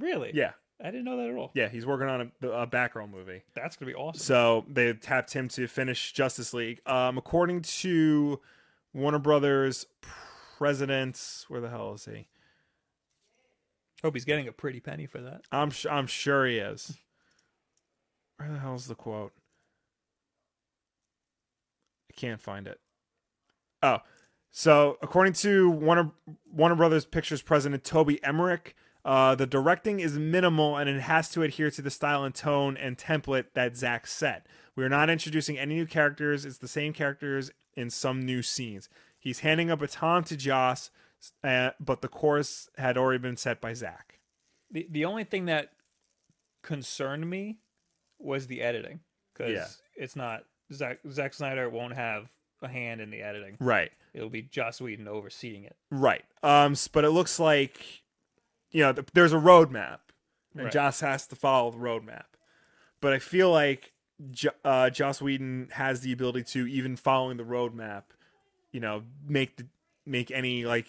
Speaker 1: really.
Speaker 2: Yeah.
Speaker 1: I didn't know that at all.
Speaker 2: Yeah. He's working on a, a Batgirl movie.
Speaker 1: That's gonna be awesome.
Speaker 2: So they tapped him to finish Justice League. Um. According to Warner Brothers president, where the hell is he?
Speaker 1: Hope he's getting a pretty penny for that.
Speaker 2: I'm su- I'm sure he is. Where the hell's the quote? I can't find it. Oh, so according to Warner Warner Brothers Pictures president Toby Emmerich, uh, the directing is minimal and it has to adhere to the style and tone and template that Zack set. We are not introducing any new characters. It's the same characters in some new scenes. He's handing a baton to Joss, uh, but the course had already been set by Zack.
Speaker 1: The the only thing that concerned me was the editing because
Speaker 2: Yeah.
Speaker 1: it's not Zack Zack Snyder won't have a hand in the editing.
Speaker 2: Right.
Speaker 1: It'll be Joss Whedon overseeing it.
Speaker 2: Right. Um. s- But it looks like, you know, th- there's a roadmap, and
Speaker 1: Right.
Speaker 2: Joss has to follow the roadmap. But I feel like J- uh, Joss Whedon has the ability to, even following the roadmap, you know, make the make any like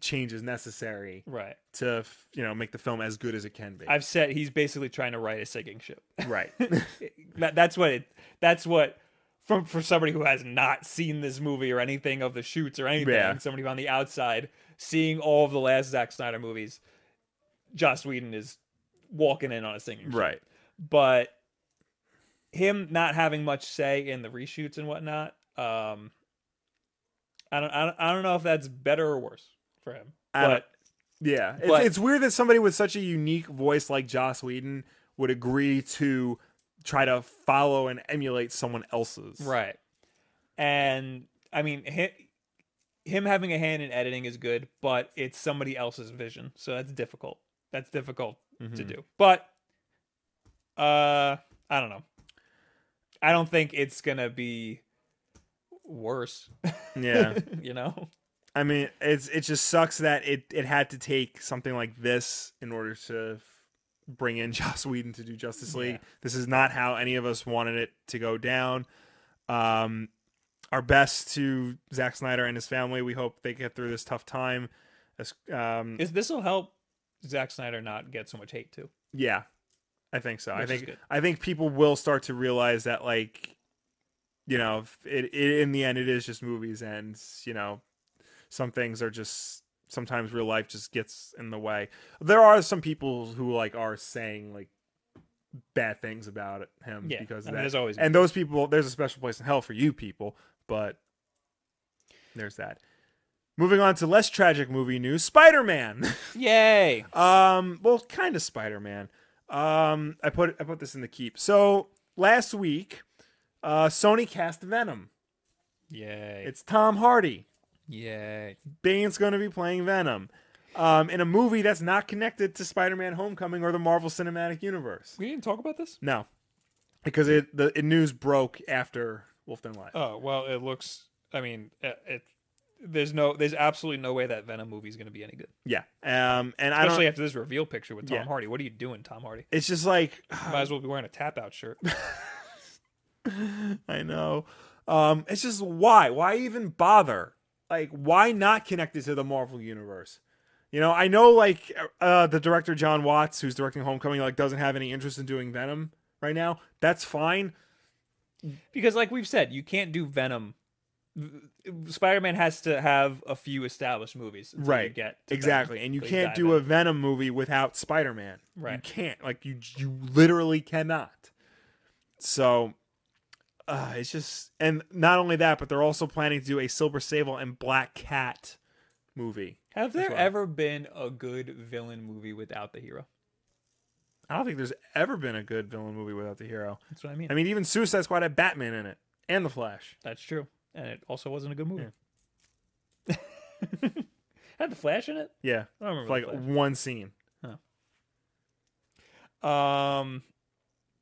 Speaker 2: changes necessary
Speaker 1: Right.
Speaker 2: to f- you know make the film as good as it can be.
Speaker 1: I've said he's basically trying to write a sinking ship.
Speaker 2: right.
Speaker 1: that, that's what it. That's what. From for somebody who has not seen this movie or anything of the shoots or anything,
Speaker 2: Yeah.
Speaker 1: somebody on the outside seeing all of the last Zack Snyder movies, Joss Whedon is walking in on a sinking ship.
Speaker 2: right.
Speaker 1: But him not having much say in the reshoots and whatnot, um, I don't, I don't, I don't know if that's better or worse for him.
Speaker 2: I don't-
Speaker 1: But
Speaker 2: Yeah, it's,
Speaker 1: But-
Speaker 2: it's weird that somebody with such a unique voice like Joss Whedon would agree to try to follow and emulate someone else's.
Speaker 1: Right. And I mean, him, him having a hand in editing is good, but it's somebody else's vision. So that's difficult. That's difficult to
Speaker 2: Hmm.
Speaker 1: do. But uh I don't know. I don't think it's going to be worse,
Speaker 2: Yeah,
Speaker 1: you know.
Speaker 2: I mean, it's it just sucks that it it had to take something like this in order to f- bring in Joss Whedon to do Justice League.
Speaker 1: Yeah.
Speaker 2: This is not how any of us wanted it to go down. Um, our best to Zack Snyder and his family. We hope they get through this tough time. As, um,
Speaker 1: Is this will help Zack Snyder not get so much hate too.
Speaker 2: Yeah, I think so. I
Speaker 1: Which is
Speaker 2: think
Speaker 1: good.
Speaker 2: I think people will start to realize that, like, you know, if it, it in the end it is just movies, and you know, some things are just sometimes real life just gets in the way. There are some people who like are saying like bad things about it, him
Speaker 1: Yeah. I
Speaker 2: because of
Speaker 1: mean,
Speaker 2: that.
Speaker 1: there's always
Speaker 2: and those people, there's a special place in hell for you people, but there's that. Moving on to less tragic movie news, Spider-Man.
Speaker 1: Yay.
Speaker 2: Um, well, kind of Spider Man. Um, I put I put this in the keep. So last week, Uh, Sony cast Venom.
Speaker 1: Yay.
Speaker 2: It's Tom Hardy.
Speaker 1: Yay.
Speaker 2: Bane's going to be playing Venom um, in a movie that's not connected to Spider-Man: Homecoming or the Marvel Cinematic Universe.
Speaker 1: We didn't talk about this?
Speaker 2: No, because it the it news broke after Wolf Den Live.
Speaker 1: Oh, well, it looks I mean, it, it there's no there's absolutely no way that Venom movie is going to be any good.
Speaker 2: yeah, um, and I
Speaker 1: Especially
Speaker 2: don't.
Speaker 1: after this reveal picture with Tom
Speaker 2: Yeah. Uh,
Speaker 1: Hardy. What are you doing, Tom Hardy?
Speaker 2: It's just like
Speaker 1: Might as well be wearing a tap out shirt.
Speaker 2: I know. Um, it's just why? Why even bother? Like, why not connect it to the Marvel universe? You know, I know like uh, the director John Watts, who's directing Homecoming, like doesn't have any interest in doing Venom right now. That's fine.
Speaker 1: because like we've said you can't do venom spider-man has to have a few established movies until you
Speaker 2: Right.
Speaker 1: get to
Speaker 2: Exactly.
Speaker 1: Venom.
Speaker 2: And you
Speaker 1: They
Speaker 2: can't
Speaker 1: dive
Speaker 2: do a
Speaker 1: in.
Speaker 2: Venom movie without Spider Man. You
Speaker 1: Right.
Speaker 2: can't. Like you you literally cannot. So uh, it's just and not only that, but they're also planning to do a Silver Sable and Black Cat movie.
Speaker 1: have there
Speaker 2: well.
Speaker 1: ever been a good villain movie without the hero
Speaker 2: I don't think there's ever been a good villain movie without the hero.
Speaker 1: that's what i mean
Speaker 2: I mean, even Suicide Squad had Batman in it and the Flash.
Speaker 1: that's true and it also wasn't a good movie had the flash in it
Speaker 2: Yeah,
Speaker 1: i don't remember
Speaker 2: for like
Speaker 1: The Flash.
Speaker 2: one scene.
Speaker 1: um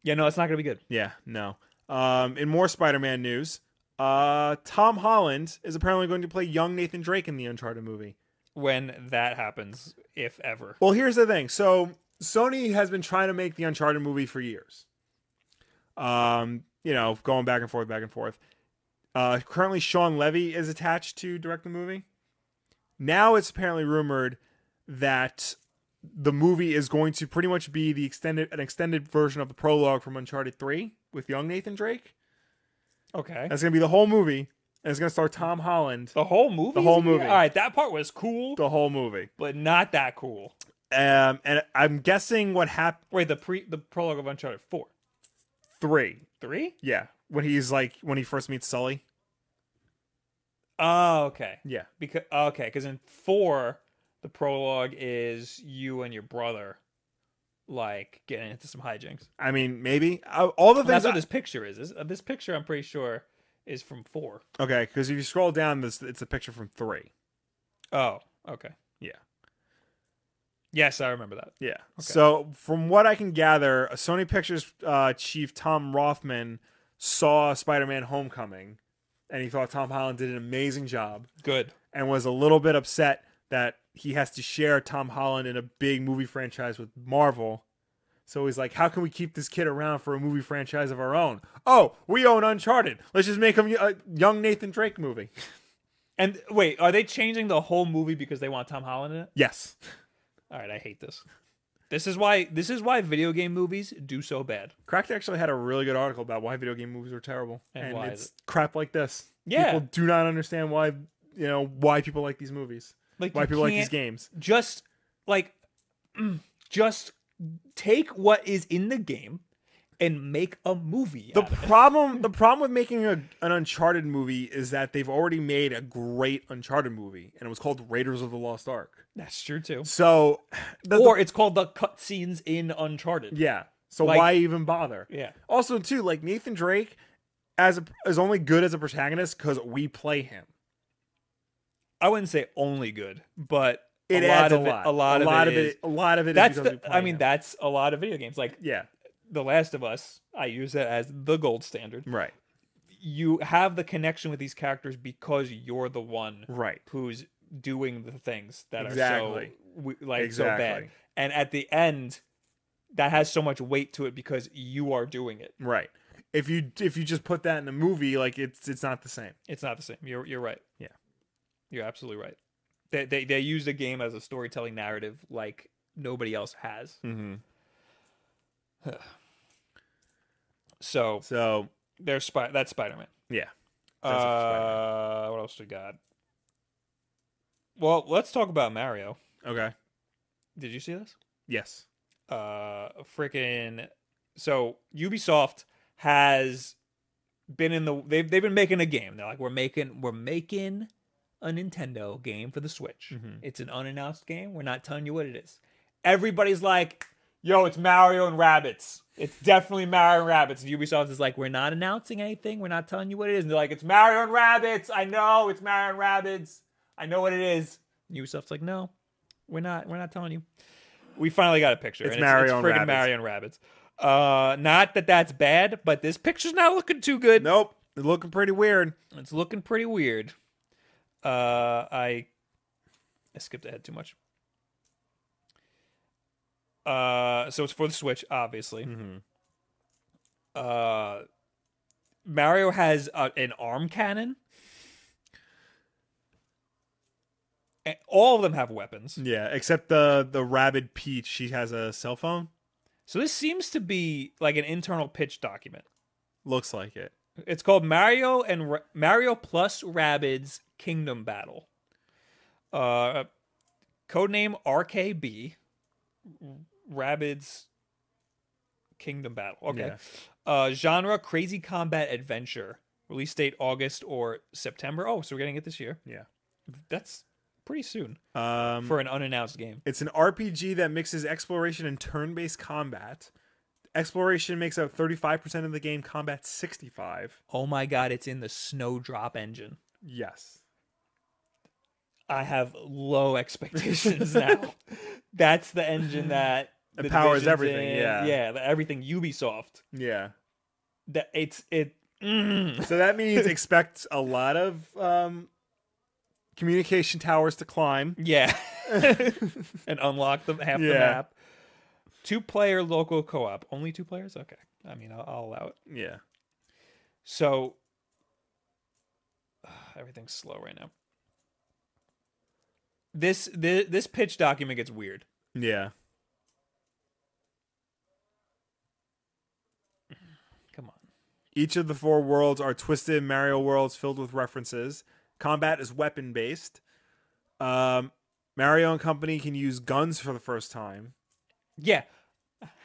Speaker 1: yeah no it's not gonna be good
Speaker 2: Yeah, no. Um, in more Spider-Man news, uh, Tom Holland is apparently going to play young Nathan Drake in the Uncharted movie.
Speaker 1: when that happens if ever
Speaker 2: Well, here's the thing. So Sony has been trying to make the Uncharted movie for years. Um, you know, going back and forth, back and forth. Uh, currently, Sean Levy is attached to direct the movie. Now it's apparently rumored that the movie is going to pretty much be the extended an extended version of the prologue from Uncharted Three with young Nathan Drake.
Speaker 1: okay
Speaker 2: That's gonna be the whole movie, and it's gonna star Tom Holland
Speaker 1: the whole movie
Speaker 2: The whole
Speaker 1: is gonna be-
Speaker 2: movie.
Speaker 1: all right that part was cool
Speaker 2: the whole movie.
Speaker 1: but not that cool
Speaker 2: Um, and I'm guessing what happened
Speaker 1: wait the pre the prologue of uncharted 4
Speaker 2: three.
Speaker 1: 3
Speaker 2: Yeah, when he's like when he first meets Sully.
Speaker 1: Oh, okay.
Speaker 2: Yeah,
Speaker 1: Because okay, because in four, the prologue is you and your brother, like getting into some hijinks.
Speaker 2: I mean maybe Uh, all the
Speaker 1: And that's
Speaker 2: things.
Speaker 1: what this picture is. This, uh, this picture, I'm pretty sure, is from four.
Speaker 2: okay, because if you scroll down, this it's a picture from three.
Speaker 1: Oh, okay.
Speaker 2: Yeah.
Speaker 1: Yes, I remember that.
Speaker 2: Yeah. So from what I can gather, Sony Pictures uh, chief Tom Rothman saw Spider-Man: Homecoming, and he thought Tom Holland did an amazing job,
Speaker 1: Good.
Speaker 2: and was a little bit upset that he has to share Tom Holland in a big movie franchise with Marvel. So he's like, "How can we keep this kid around for a movie franchise of our own? Oh, we own Uncharted. Let's just make him a young Nathan Drake movie."
Speaker 1: And wait, are they changing the whole movie because they want Tom Holland in it?
Speaker 2: Yes.
Speaker 1: All right, I hate this. This is why this is why video game movies do so bad.
Speaker 2: Cracked actually had a really good article about why video game movies are terrible,
Speaker 1: And
Speaker 2: and,
Speaker 1: why
Speaker 2: it's
Speaker 1: is
Speaker 2: crap like this.
Speaker 1: Yeah.
Speaker 2: people do not understand why you know why people like these movies,
Speaker 1: Like
Speaker 2: why
Speaker 1: you
Speaker 2: people like these
Speaker 1: can't-
Speaker 2: games.
Speaker 1: just like mm, just take what is in the game and make a movie
Speaker 2: The
Speaker 1: out of it.
Speaker 2: problem, the problem with making a, an Uncharted movie is that they've already made a great Uncharted movie, and it was called Raiders of the Lost Ark.
Speaker 1: that's true too
Speaker 2: So, the,
Speaker 1: or it's called the cutscenes in uncharted
Speaker 2: yeah, so
Speaker 1: Like-
Speaker 2: why even bother?
Speaker 1: yeah
Speaker 2: Also, too, like Nathan Drake, as a, is only good as a protagonist because we play him.
Speaker 1: i wouldn't say only good but
Speaker 2: It
Speaker 1: a lot
Speaker 2: adds
Speaker 1: of
Speaker 2: a
Speaker 1: it
Speaker 2: lot.
Speaker 1: a lot, of, it is-
Speaker 2: A lot of it. is
Speaker 1: that's
Speaker 2: because we
Speaker 1: the
Speaker 2: play
Speaker 1: i mean
Speaker 2: him.
Speaker 1: that's a lot of video games like
Speaker 2: Yeah.
Speaker 1: the last of us i use that as the gold standard
Speaker 2: Right.
Speaker 1: you have the connection with these characters because you're the one
Speaker 2: Right.
Speaker 1: who's doing the things that
Speaker 2: Exactly.
Speaker 1: are so we- like so bad.
Speaker 2: Exactly.
Speaker 1: And at the end, that has so much weight to it because you are doing it.
Speaker 2: Right. If you if you just put that in a movie, like it's it's not the same.
Speaker 1: It's not the same. You're you're right.
Speaker 2: Yeah.
Speaker 1: you're absolutely right. They they they use the game as a storytelling narrative like nobody else has.
Speaker 2: Mm-hmm.
Speaker 1: So
Speaker 2: So
Speaker 1: there's Spi- that's Spider Man.
Speaker 2: yeah, That's a
Speaker 1: Uh, what else we got? Well, let's talk about Mario.
Speaker 2: okay,
Speaker 1: Did you see this?
Speaker 2: yes,
Speaker 1: uh freaking so Ubisoft has been in the they've they've been making a game. They're like we're making we're making a Nintendo game for the Switch.
Speaker 2: Mhm.
Speaker 1: It's an unannounced game. We're not telling you what it is. Everybody's like, "Yo, it's Mario and rabbits." It's definitely Mario and Rabbits. And Ubisoft is like, we're not announcing anything. We're not telling you what it is. And they're like, it's Mario and Rabbits. I know it's Mario and Rabbits. I know what it is. And Ubisoft's like, no, we're not. We're not telling you. We finally got a picture.
Speaker 2: It's
Speaker 1: and
Speaker 2: Mario
Speaker 1: it's,
Speaker 2: and
Speaker 1: friggin'
Speaker 2: Rabbids.
Speaker 1: Mario and Rabbits. Uh, not that that's bad, but this picture's not looking too good.
Speaker 2: Nope. It's looking pretty weird.
Speaker 1: It's looking pretty weird. Uh, I I skipped ahead too much. Uh, so it's for the Switch, obviously. Uh, Mario has uh an arm cannon. A- All of them have weapons.
Speaker 2: Yeah, except the the rabid Peach, she has a cell phone.
Speaker 1: So this seems to be like an internal pitch document.
Speaker 2: Looks like it.
Speaker 1: It's called Mario and Ra- Mario plus Rabbids Kingdom Battle. Uh, codename RKB. Rabbids Kingdom Battle. Okay.
Speaker 2: Yeah.
Speaker 1: Uh, genre Crazy Combat Adventure. Release date August or September. Oh, so we're getting it this year.
Speaker 2: Yeah.
Speaker 1: That's pretty soon
Speaker 2: Um,
Speaker 1: for an unannounced game.
Speaker 2: it's an RPG that mixes exploration and turn-based combat. Exploration makes up 35% of the game, combat 65.
Speaker 1: Oh my god, it's in the Snowdrop engine.
Speaker 2: Yes.
Speaker 1: I have low expectations now. That's the engine that
Speaker 2: It
Speaker 1: the
Speaker 2: powers
Speaker 1: Division's
Speaker 2: everything,
Speaker 1: in.
Speaker 2: yeah.
Speaker 1: yeah, the- everything Ubisoft.
Speaker 2: Yeah.
Speaker 1: That it's it. Mm.
Speaker 2: So that means expect a lot of um, communication towers to climb.
Speaker 1: Yeah, and unlock the half the
Speaker 2: Yeah.
Speaker 1: map. Two player local co op. Only two players. Okay, I mean I'll, I'll allow it.
Speaker 2: Yeah.
Speaker 1: So everything's slow right now. This this, this pitch document gets weird.
Speaker 2: Yeah.
Speaker 1: Come on.
Speaker 2: Each of the four worlds are twisted Mario worlds filled with references. Combat is weapon based. Um, Mario and company can use guns for the first time.
Speaker 1: Yeah,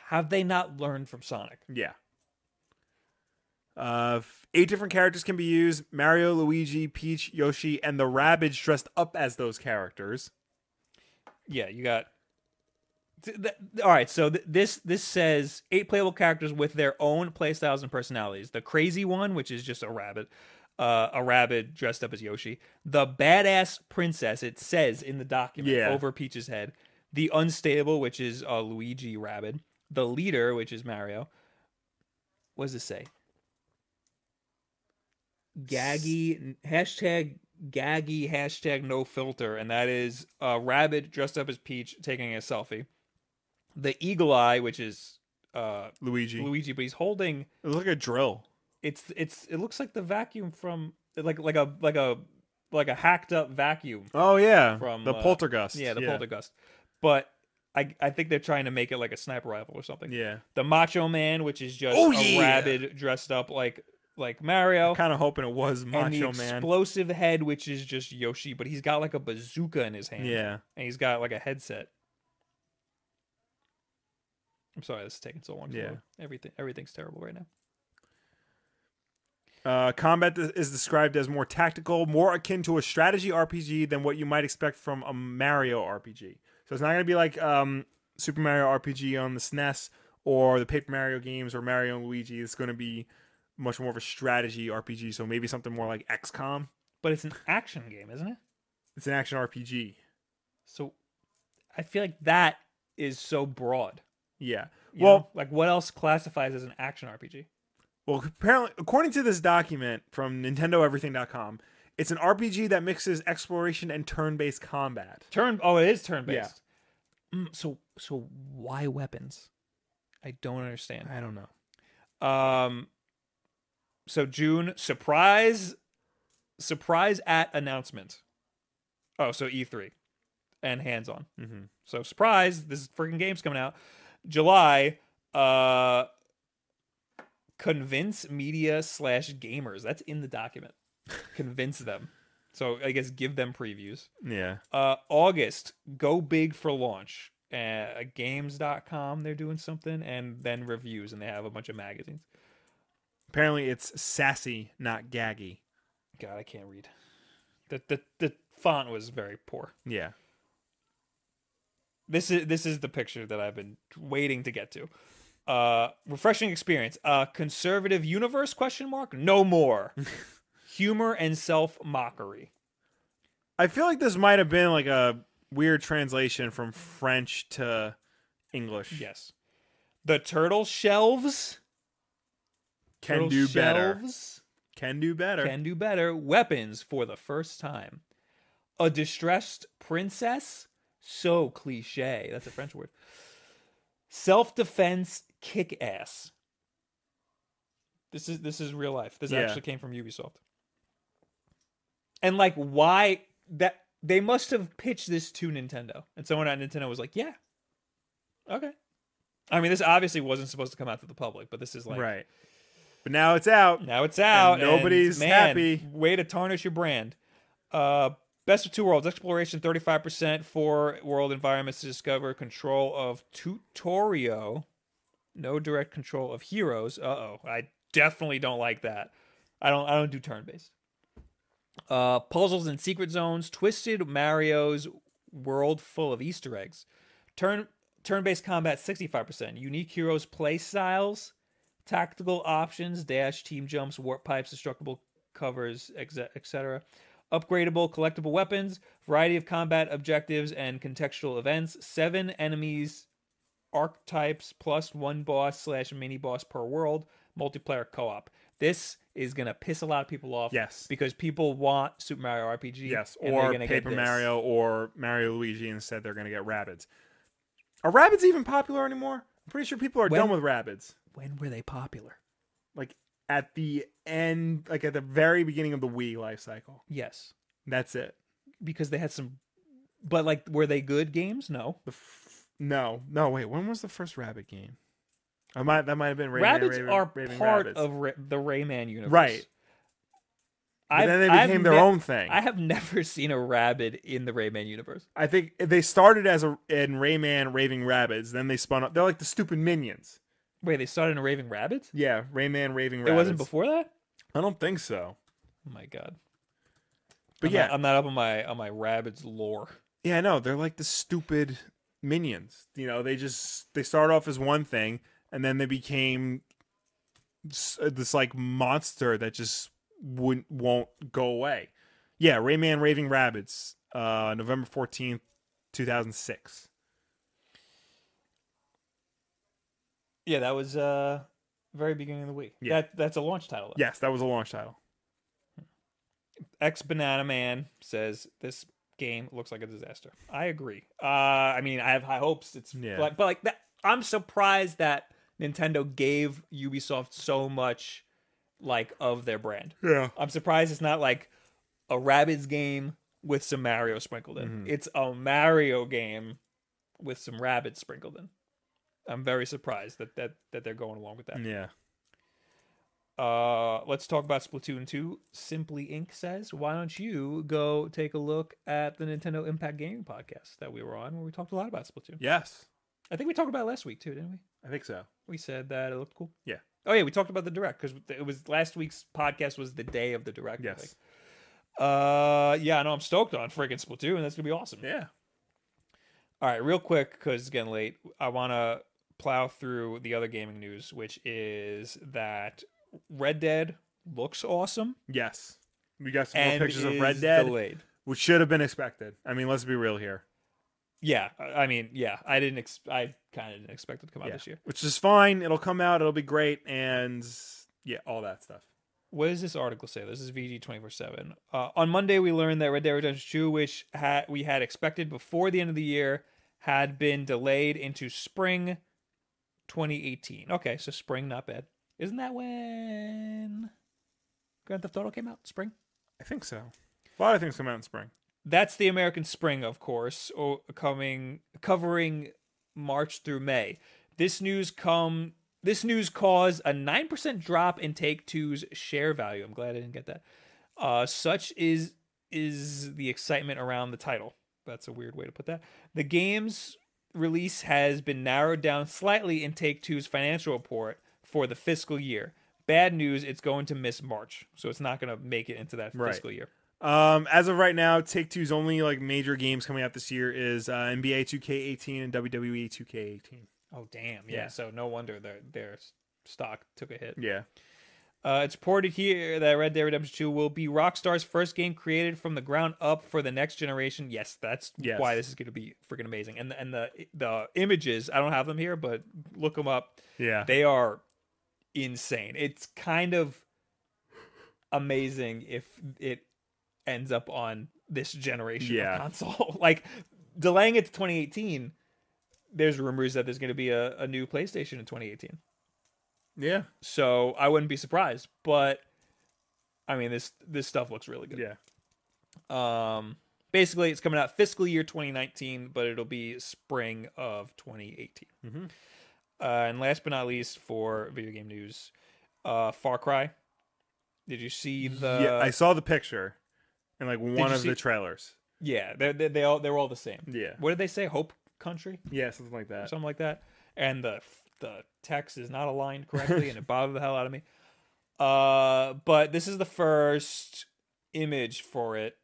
Speaker 1: have they not learned from Sonic?
Speaker 2: Yeah. Uh, f- eight different characters can be used Mario, Luigi, Peach, Yoshi, and the Rabbids dressed up as those characters.
Speaker 1: Yeah, you got. Th- th- all right, so th- this this says eight playable characters with their own playstyles and personalities. The crazy one, which is just a rabbit, uh, a rabbit dressed up as Yoshi. The badass princess, it says in the document
Speaker 2: Yeah.
Speaker 1: over Peach's head. The unstable, which is uh, Luigi Rabbit. The leader, which is Mario. What does it say? Gaggy hashtag gaggy hashtag no filter, and that is uh, Rabbit dressed up as Peach taking a selfie. The eagle eye, which is uh,
Speaker 2: Luigi.
Speaker 1: Luigi, but he's holding
Speaker 2: it looks like a drill.
Speaker 1: it's it's it looks like the vacuum from like like a like a like a hacked up vacuum.
Speaker 2: Oh, yeah.
Speaker 1: From,
Speaker 2: the
Speaker 1: uh,
Speaker 2: poltergust.
Speaker 1: Yeah, the poltergust. But I I think they're trying to make it like a sniper rifle or something.
Speaker 2: Yeah.
Speaker 1: The Macho Man, which is just
Speaker 2: Oh,
Speaker 1: a
Speaker 2: yeah.
Speaker 1: rabbit dressed up like like Mario.
Speaker 2: Kind of hoping it was
Speaker 1: and the
Speaker 2: Macho Man.
Speaker 1: explosive head, which is just Yoshi, but he's got like a bazooka in his hand.
Speaker 2: Yeah.
Speaker 1: And he's got like a headset. I'm sorry, this is taking so long. to
Speaker 2: Yeah.
Speaker 1: load. Everything everything's terrible right now.
Speaker 2: Uh, combat th- is described as more tactical, more akin to a strategy RPG than what you might expect from a Mario RPG. So it's not going to be like um, Super Mario RPG on the SNES or the Paper Mario games or Mario and Luigi. It's going to be much more of a strategy RPG. So maybe something more like XCOM.
Speaker 1: But it's an action game, isn't it?
Speaker 2: It's an action RPG.
Speaker 1: So I feel like that is so broad.
Speaker 2: Yeah.
Speaker 1: you
Speaker 2: well,
Speaker 1: know? like what else classifies as an action RPG?
Speaker 2: Well, apparently, according to this document from NintendoEverything.com, it's an RPG that mixes exploration and turn-based combat.
Speaker 1: Turn oh, it is turn based. Mm, so so why weapons? I don't understand.
Speaker 2: I don't know.
Speaker 1: Um so June surprise surprise at announcement. Oh, so E3 and hands-on.
Speaker 2: Mhm.
Speaker 1: So surprise, this freaking game's coming out. July uh convince media slash gamers. That's in the document. convince them. So I guess give them previews.
Speaker 2: Yeah.
Speaker 1: Uh, August, go big for launch. Uh, games.com, they're doing something, and then reviews, and they have a bunch of magazines.
Speaker 2: Apparently, it's sassy, not gaggy.
Speaker 1: God, I can't read. The the the font was very poor.
Speaker 2: Yeah.
Speaker 1: This is this is the picture that I've been waiting to get to. Uh, refreshing experience. Uh, conservative universe? Question mark. No more. Humor and self mockery.
Speaker 2: I feel like this might have been like a weird translation from French to English.
Speaker 1: Yes. The turtle shelves.
Speaker 2: Can
Speaker 1: turtle
Speaker 2: do better.
Speaker 1: shelves.
Speaker 2: Can do better.
Speaker 1: can do better weapons for the first time a distressed princess so cliche that's a french word self-defense kick-ass this is this is real life this
Speaker 2: Yeah.
Speaker 1: actually came from ubisoft and like why that they must have pitched this to nintendo and someone at nintendo was like yeah okay i mean this obviously wasn't supposed to come out to the public but this is like
Speaker 2: right. But now it's out.
Speaker 1: now it's out.
Speaker 2: And nobody's
Speaker 1: and, man,
Speaker 2: happy.
Speaker 1: Way to tarnish your brand. Uh, best of two worlds exploration 35% for world environments to discover control of tutorial no direct control of heroes uh-oh i definitely don't like that i don't i don't do turn-based uh puzzles and secret zones twisted mario's world full of easter eggs turn turn-based combat 65% unique heroes play styles tactical options dash team jumps warp pipes destructible covers etc upgradable collectible weapons variety of combat objectives and contextual events seven enemies archetypes plus one boss slash mini boss per world multiplayer co-op this is gonna piss a lot of people off
Speaker 2: Yes.
Speaker 1: because people want super mario rpg
Speaker 2: Yes.
Speaker 1: and they're
Speaker 2: Or
Speaker 1: gonna get
Speaker 2: Paper
Speaker 1: this.
Speaker 2: Mario or Mario Luigi instead they're gonna get rabbits. Are rabbits even popular anymore? I'm pretty sure people are
Speaker 1: When-
Speaker 2: done with rabbits.
Speaker 1: when were they popular
Speaker 2: Like at the end like at the very beginning of the Wii life cycle.
Speaker 1: yes
Speaker 2: That's it.
Speaker 1: because they had some but like were they good games no
Speaker 2: The f- no, no, wait. When was the first rabbit game? I might that might have been Rayman,
Speaker 1: rabbits
Speaker 2: Raven-
Speaker 1: are
Speaker 2: Raving
Speaker 1: part
Speaker 2: Rabbits.
Speaker 1: of Ra- the Rayman universe.
Speaker 2: Right.
Speaker 1: I've-
Speaker 2: But then they
Speaker 1: I've
Speaker 2: became their
Speaker 1: ne-
Speaker 2: own thing.
Speaker 1: I
Speaker 2: I,
Speaker 1: have never seen a rabbit in the Rayman universe.
Speaker 2: think they started as a in Rayman Raving Rabbits, then they spun up. They're like the stupid minions.
Speaker 1: Wait, they started in a Raving Rabbit?
Speaker 2: Yeah, Rayman Raving Rabbits.
Speaker 1: It wasn't before that?
Speaker 2: I don't think so.
Speaker 1: Oh my god.
Speaker 2: But
Speaker 1: I'm
Speaker 2: yeah,
Speaker 1: not, I'm not up on my on my rabbits lore.
Speaker 2: yeah, I know they're like the stupid minions. You know, they just they start off as one thing, and then they became s- uh, this like monster that just wouldn't won't go away. Yeah, Rayman Raving Rabbits, uh, November fourteenth, two thousand six.
Speaker 1: Yeah, that was uh very beginning of the week.
Speaker 2: Yeah.
Speaker 1: That that's a launch title. though.
Speaker 2: Yes, that was a launch title.
Speaker 1: Ex Banana Man says this game looks like a disaster. I agree. Uh, I mean, I have high hopes. It's
Speaker 2: Yeah.
Speaker 1: but, but like that, I'm surprised that Nintendo gave Ubisoft so much like of their brand.
Speaker 2: Yeah,
Speaker 1: I'm surprised it's not like a Rabbids game with some Mario sprinkled in. It's a Mario game with some Rabbids sprinkled in. I'm very surprised that that that they're going along with that.
Speaker 2: yeah.
Speaker 1: Uh, let's talk about Splatoon 2. Simply Inc. says, why don't you go take a look at the Nintendo Impact Gaming podcast that we were on where we talked a lot about Splatoon.
Speaker 2: Yes,
Speaker 1: I think we talked about it last week too, didn't we?
Speaker 2: I think so.
Speaker 1: We said that it looked cool.
Speaker 2: Yeah.
Speaker 1: Oh yeah, we talked about the direct because it was last week's podcast was the day of the direct. I
Speaker 2: Yes.
Speaker 1: think. Uh, yeah, I know I'm stoked on freaking Splatoon. That's gonna be awesome.
Speaker 2: Yeah.
Speaker 1: All right, real quick because it's getting late. I want to plow through the other gaming news, which is that Red Dead looks awesome.
Speaker 2: Yes. We got some more
Speaker 1: and
Speaker 2: pictures of
Speaker 1: is
Speaker 2: Red Dead,
Speaker 1: delayed.
Speaker 2: which should have been expected. I mean, let's be real here.
Speaker 1: Yeah, I I mean, yeah, I didn't. Ex- I kind of didn't expect it to come out
Speaker 2: Yeah.
Speaker 1: this year.
Speaker 2: Which is fine. It'll come out. It'll be great. And yeah, all that stuff.
Speaker 1: What does this article say? This is VG twenty four seven. Uh, On Monday, we learned that Red Dead Redemption two, which ha- we had expected before the end of the year, had been delayed into spring twenty eighteen. Okay, so spring, not bad. Isn't that when Grand Theft Auto came out? Spring.
Speaker 2: I think so. A lot of things come out in spring.
Speaker 1: that's the American Spring, of course, o- coming covering March through May. This news come this news caused a nine percent drop in Take Two's share value. I'm glad I didn't get that. Uh, such is is the excitement around the title. That's a weird way to put that. The game's release has been narrowed down slightly in Take Two's financial report for the fiscal year. Bad news, it's going to miss March, so it's not going to make it into that
Speaker 2: Right.
Speaker 1: fiscal year.
Speaker 2: Um, as of right now, Take Two's E only like major games coming out this year is uh, NBA 2K18 and WWE 2K18.
Speaker 1: Oh damn! Yeah.
Speaker 2: Yeah.
Speaker 1: So no wonder their their stock took a hit.
Speaker 2: Yeah.
Speaker 1: Uh, it's reported here that Red Dead Redemption 2 will be Rockstar's first game created from the ground up for the next generation. Yes, that's
Speaker 2: Yes.
Speaker 1: why this is going to be freaking amazing. And and the the images, I don't have them here, but look them up.
Speaker 2: Yeah.
Speaker 1: They are insane. It's kind of amazing if it ends up on this generation
Speaker 2: Yeah.
Speaker 1: of console. like delaying it to 2018, there's rumors that there's going to be a, a new PlayStation in 2018
Speaker 2: yeah.
Speaker 1: so I wouldn't be surprised. But I mean, this this stuff looks really good.
Speaker 2: Yeah.
Speaker 1: Um, basically, it's coming out fiscal year 2019, but it'll be spring of 2018.
Speaker 2: Mhm.
Speaker 1: Uh, and last but not least, for video game news, uh, Far Cry. Did you see the?
Speaker 2: yeah. I saw the picture in like one
Speaker 1: you
Speaker 2: of
Speaker 1: see-
Speaker 2: the trailers.
Speaker 1: yeah, they're, they they all they're all the same.
Speaker 2: Yeah. Uh,
Speaker 1: What did they say? Hope Country.
Speaker 2: Yeah, something like
Speaker 1: or
Speaker 2: that.
Speaker 1: something like that. And the the text is not aligned correctly, and it bothered the hell out of me. Uh, but this is the first image for it.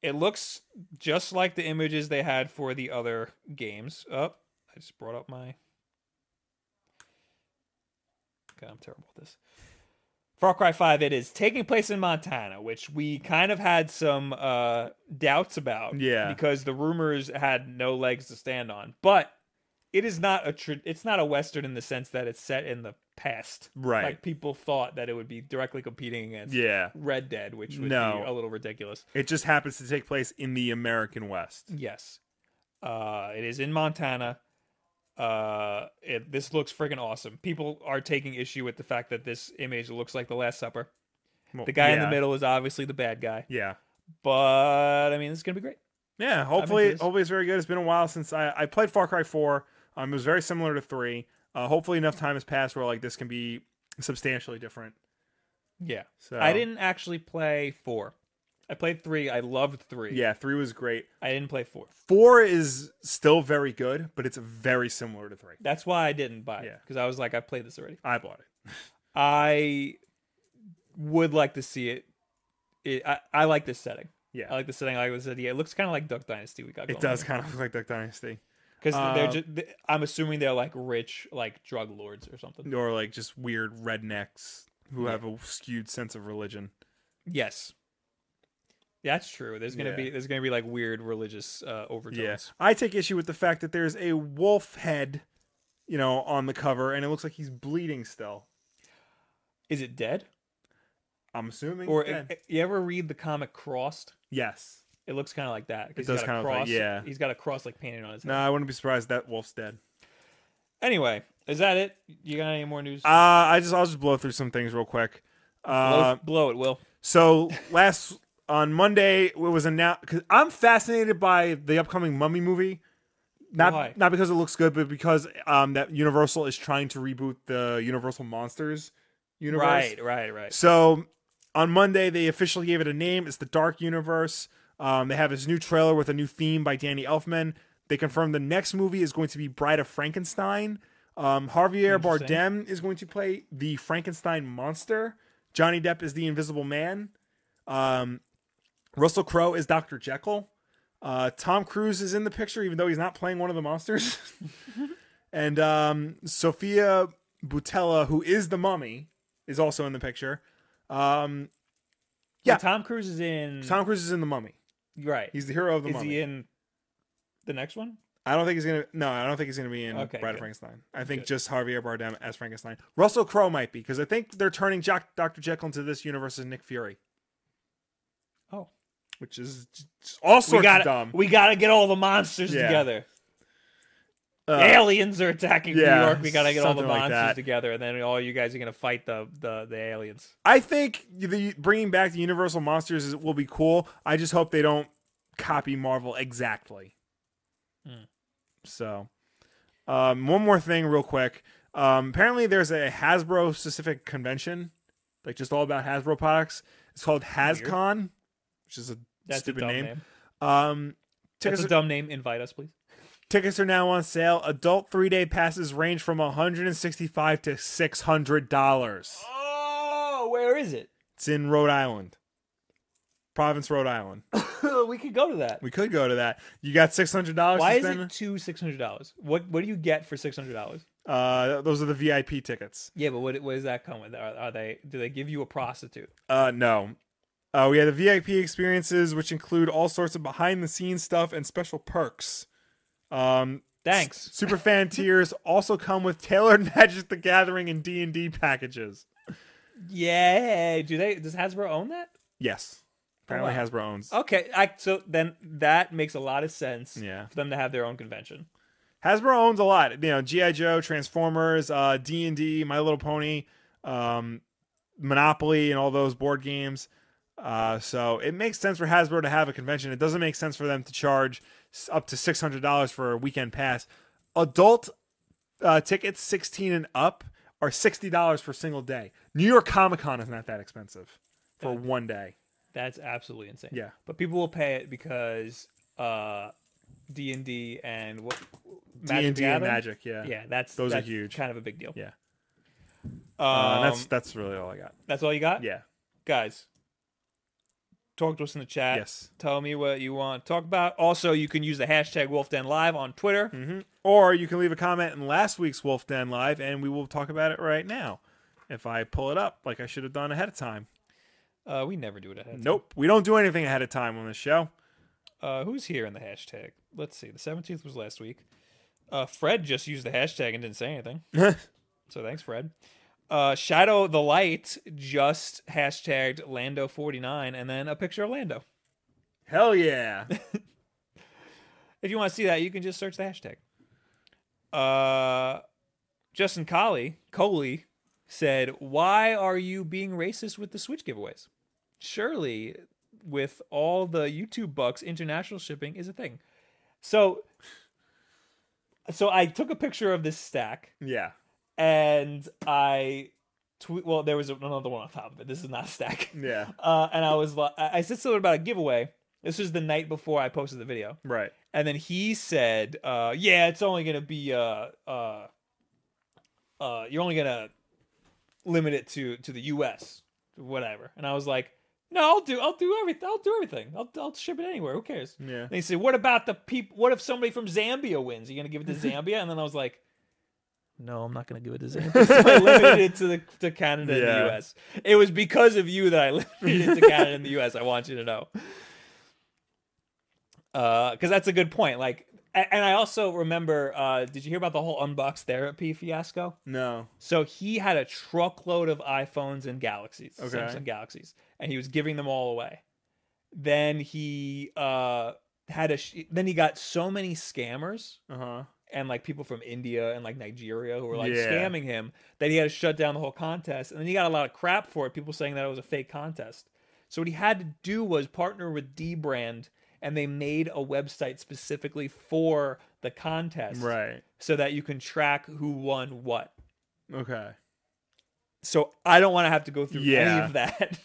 Speaker 1: It looks just like the images they had for the other games. Up, I just brought up my. God, I'm terrible at this. Far Cry 5, it is taking place in Montana, which we kind of had some uh, doubts about.
Speaker 2: Yeah.
Speaker 1: Because the rumors had no legs to stand on. But it is not a tr- it's not a western in the sense that it's set in the past.
Speaker 2: Right.
Speaker 1: Like people thought that it would be directly competing against
Speaker 2: yeah.
Speaker 1: Red Dead, which would
Speaker 2: No.
Speaker 1: be a little ridiculous.
Speaker 2: It just happens to take place in the American West.
Speaker 1: Yes. Uh, it is in Montana. Uh, it, this looks freaking awesome. People are taking issue with the fact that this image looks like The Last Supper.
Speaker 2: Well,
Speaker 1: The guy in the
Speaker 2: yeah.
Speaker 1: middle is obviously the bad guy,
Speaker 2: Yeah.
Speaker 1: but I mean, this is gonna be great.
Speaker 2: Yeah, hopefully,
Speaker 1: this.
Speaker 2: hopefully it's very good. It's been a while since I, I played Far Cry Four. Um, it was very similar to three. Uh, hopefully enough time has passed where like this can be substantially different.
Speaker 1: Yeah.
Speaker 2: So
Speaker 1: I didn't actually play four. I played three. I loved three.
Speaker 2: Yeah, three was great.
Speaker 1: I didn't play four.
Speaker 2: Four is still very good, but it's very similar to three.
Speaker 1: That's why I didn't buy it
Speaker 2: Yeah.
Speaker 1: because I was like, I played this already.
Speaker 2: I bought it.
Speaker 1: I would like to see it. it I, I like this setting.
Speaker 2: Yeah,
Speaker 1: I like the setting. I like this idea. It looks kind of like Duck Dynasty. We got
Speaker 2: it does kind of look like Duck Dynasty,
Speaker 1: because
Speaker 2: Uh,
Speaker 1: they're. Just, they, I'm assuming they're like rich, like drug lords or something.
Speaker 2: or like just weird rednecks who have a skewed sense of religion.
Speaker 1: Yes, that's true. There's gonna
Speaker 2: Yeah.
Speaker 1: be there's gonna be like weird religious uh, overtones.
Speaker 2: Yeah, I take issue with the fact that there's a wolf head, you know, on the cover, and it looks like he's bleeding still.
Speaker 1: Is it dead?
Speaker 2: I'm assuming.
Speaker 1: Or eh,
Speaker 2: dead.
Speaker 1: you ever read the comic Crossed?
Speaker 2: yes.
Speaker 1: It looks kind of like that. 'cause he's
Speaker 2: does
Speaker 1: got a
Speaker 2: kinda look like-
Speaker 1: cross-
Speaker 2: yeah.
Speaker 1: He's got a cross like painted on his. head.
Speaker 2: No, I wouldn't be surprised if that wolf's dead.
Speaker 1: Anyway, is that it? You got any more news?
Speaker 2: Uh, I just I'll just blow through some things real quick. Uh,
Speaker 1: blow, blow it, Will.
Speaker 2: so last on Monday it was announced because I'm fascinated by the upcoming Mummy movie. Not
Speaker 1: Why?
Speaker 2: not because it looks good, but because um that Universal is trying to reboot the Universal Monsters universe.
Speaker 1: Right, right, right.
Speaker 2: So on Monday, they officially gave it a name. It's the Dark Universe. Um, they have this new trailer with a new theme by Danny Elfman. They confirmed the next movie is going to be Bride of Frankenstein. Um, Javier
Speaker 1: Interesting.
Speaker 2: Bardem is going to play the Frankenstein monster. Johnny Depp is the Invisible Man. Um, Russell Crowe is Dr. Jekyll. Uh, Tom Cruise is in the picture, even though he's not playing one of the monsters. and um, Sophia Butella, who is the mummy, is also in the picture. Um,
Speaker 1: Yeah,
Speaker 2: Yeah.
Speaker 1: Tom Cruise is in.
Speaker 2: Mm. Tom Cruise is in the mummy.
Speaker 1: right.
Speaker 2: He's the hero of the
Speaker 1: is
Speaker 2: mummy.
Speaker 1: he in the next one?
Speaker 2: I don't think he's gonna. No, I don't think he's gonna be in
Speaker 1: Okay,
Speaker 2: Bride
Speaker 1: good.
Speaker 2: of Frankenstein. I think
Speaker 1: Good.
Speaker 2: just Javier Bardem as Frankenstein. Russell Crowe might be because I think they're turning Jack, Dr. Jekyll into this universe as Nick Fury.
Speaker 1: Oh.
Speaker 2: which is j- j- all sorts
Speaker 1: we gotta,
Speaker 2: of dumb.
Speaker 1: we gotta get all the monsters
Speaker 2: Yeah.
Speaker 1: together.
Speaker 2: Uh,
Speaker 1: aliens are attacking New
Speaker 2: yeah,
Speaker 1: York. We gotta get all the
Speaker 2: something like
Speaker 1: monsters
Speaker 2: that.
Speaker 1: together, and then all you guys are gonna fight the the, the aliens.
Speaker 2: I think the bringing back the Universal monsters is, will be cool. I just hope they don't copy Marvel exactly.
Speaker 1: Hmm.
Speaker 2: So, um, one more thing, real quick. Um, apparently, there's a Hasbro specific convention, like just all about Hasbro products. It's called HasCon, which is a
Speaker 1: That's
Speaker 2: stupid
Speaker 1: a dumb name.
Speaker 2: name. Um,
Speaker 1: That's
Speaker 2: tickets,
Speaker 1: a dumb name. Invite us, please.
Speaker 2: tickets are now on sale. Adult three day passes range from 165 to 600 dollars.
Speaker 1: Oh, where is it?
Speaker 2: It's in Rhode Island, Province, Rhode Island.
Speaker 1: we could go to that.
Speaker 2: We could go to that. You got six hundred dollars.
Speaker 1: Why
Speaker 2: to
Speaker 1: is
Speaker 2: spend?
Speaker 1: it two six hundred dollars? What what do you get for six hundred dollars?
Speaker 2: Uh, those are the VIP tickets.
Speaker 1: Yeah, but what, what does that come with? Are, are they? Do they give you a prostitute?
Speaker 2: Uh, no. Uh, we had the VIP experiences, which include all sorts of behind the scenes stuff and special perks. Um,
Speaker 1: Thanks.
Speaker 2: super fan tiers also come with tailored Magic the Gathering and D and D packages.
Speaker 1: Yeah. Do they? Does Hasbro own that?
Speaker 2: Yes, apparently
Speaker 1: wow. Oh.
Speaker 2: Hasbro owns.
Speaker 1: Okay. I so then that makes a lot of sense.
Speaker 2: Yeah.
Speaker 1: For them to have their own convention.
Speaker 2: Hasbro owns a lot. You know, GI Joe, Transformers, uh, D and D, My Little Pony, um, Monopoly, and all those board games. Uh, so it makes sense for Hasbro to have a convention. It doesn't make sense for them to charge s- up to six hundred dollars for a weekend pass. Adult uh, tickets, sixteen and up, are sixty dollars for a single day. New York Comic Con is not that expensive for one day.
Speaker 1: That's absolutely insane.
Speaker 2: Yeah.
Speaker 1: But people will pay it because uh D and D and what
Speaker 2: D and D and
Speaker 1: Gathering?
Speaker 2: Magic, yeah,
Speaker 1: Yeah, that's
Speaker 2: Those are
Speaker 1: that's
Speaker 2: huge.
Speaker 1: Kind of a big deal.
Speaker 2: Yeah. Uh,
Speaker 1: Um, uh,
Speaker 2: that's
Speaker 1: that's
Speaker 2: that's really all I got.
Speaker 1: that's all you got,
Speaker 2: Yeah.
Speaker 1: guys. Talk to us in the chat.
Speaker 2: Yes.
Speaker 1: Tell me what you want to talk about. Also, you can use the hashtag Wolfden Live on Twitter.
Speaker 2: Mm. Or you can leave a comment in last week's Wolf Den Live, and we will talk about it right now. If I pull it up, like I should have done ahead of time.
Speaker 1: Uh, we never do it ahead. of
Speaker 2: Nope, we don't do anything ahead of time on this show.
Speaker 1: Uh, who's here in the hashtag? Let's see. The 17th was last week. Uh, Fred just used the hashtag and didn't say anything. so thanks, Fred. Uh, Shadow the Light just hashtagged Lando49 and then a picture of Lando.
Speaker 2: Hell yeah!
Speaker 1: If you want to see that, you can just search the hashtag. Uh, Justin Colley, Coley said, Why are you being racist with the Switch giveaways? Surely, with all the YouTube bucks, international shipping is a thing. So, so I took a picture of this stack
Speaker 2: yeah,
Speaker 1: and I tweet. Well, there was another one on top of it. This is not a stack.
Speaker 2: yeah,
Speaker 1: Uh, and I was like, I I said something about a giveaway. This was the night before I posted the video.
Speaker 2: right.
Speaker 1: And then he said, uh, "Yeah, it's only gonna be uh, uh, uh, you're only gonna limit it to to the U.S. whatever." And I was like, "No, I'll do I'll do everything I'll do everything I'll I'll ship it anywhere. Who cares?"
Speaker 2: Yeah,
Speaker 1: And he said, "What about the people? What if somebody from Zambia wins? Are you gonna give it to Zambia?" And then I was like, "No, I'm not gonna give it to Zambia. So I limited it to the to Canada and
Speaker 2: Yeah.
Speaker 1: the U.S. It was because of you that I limited it to Canada and the U.S. I want you to know, because that's a good point. Like, a- and I also remember. Uh, did you hear about the whole unbox therapy fiasco?
Speaker 2: no,
Speaker 1: So he had a truckload of iPhones and Galaxies,
Speaker 2: Okay.
Speaker 1: Samsung Galaxies, and he was giving them all away. Then he uh, had a. Sh- then he got so many scammers
Speaker 2: uh huh.
Speaker 1: and like people from India and like Nigeria who were like
Speaker 2: Yeah.
Speaker 1: scamming him that he had to shut down the whole contest. And then he got a lot of crap for it. People saying that it was a fake contest. So what he had to do was partner with Dbrand, and they made a website specifically for the contest,
Speaker 2: Right.
Speaker 1: So that you can track who won what
Speaker 2: Okay.
Speaker 1: so I don't want to have to go through any
Speaker 2: Yeah.
Speaker 1: of that.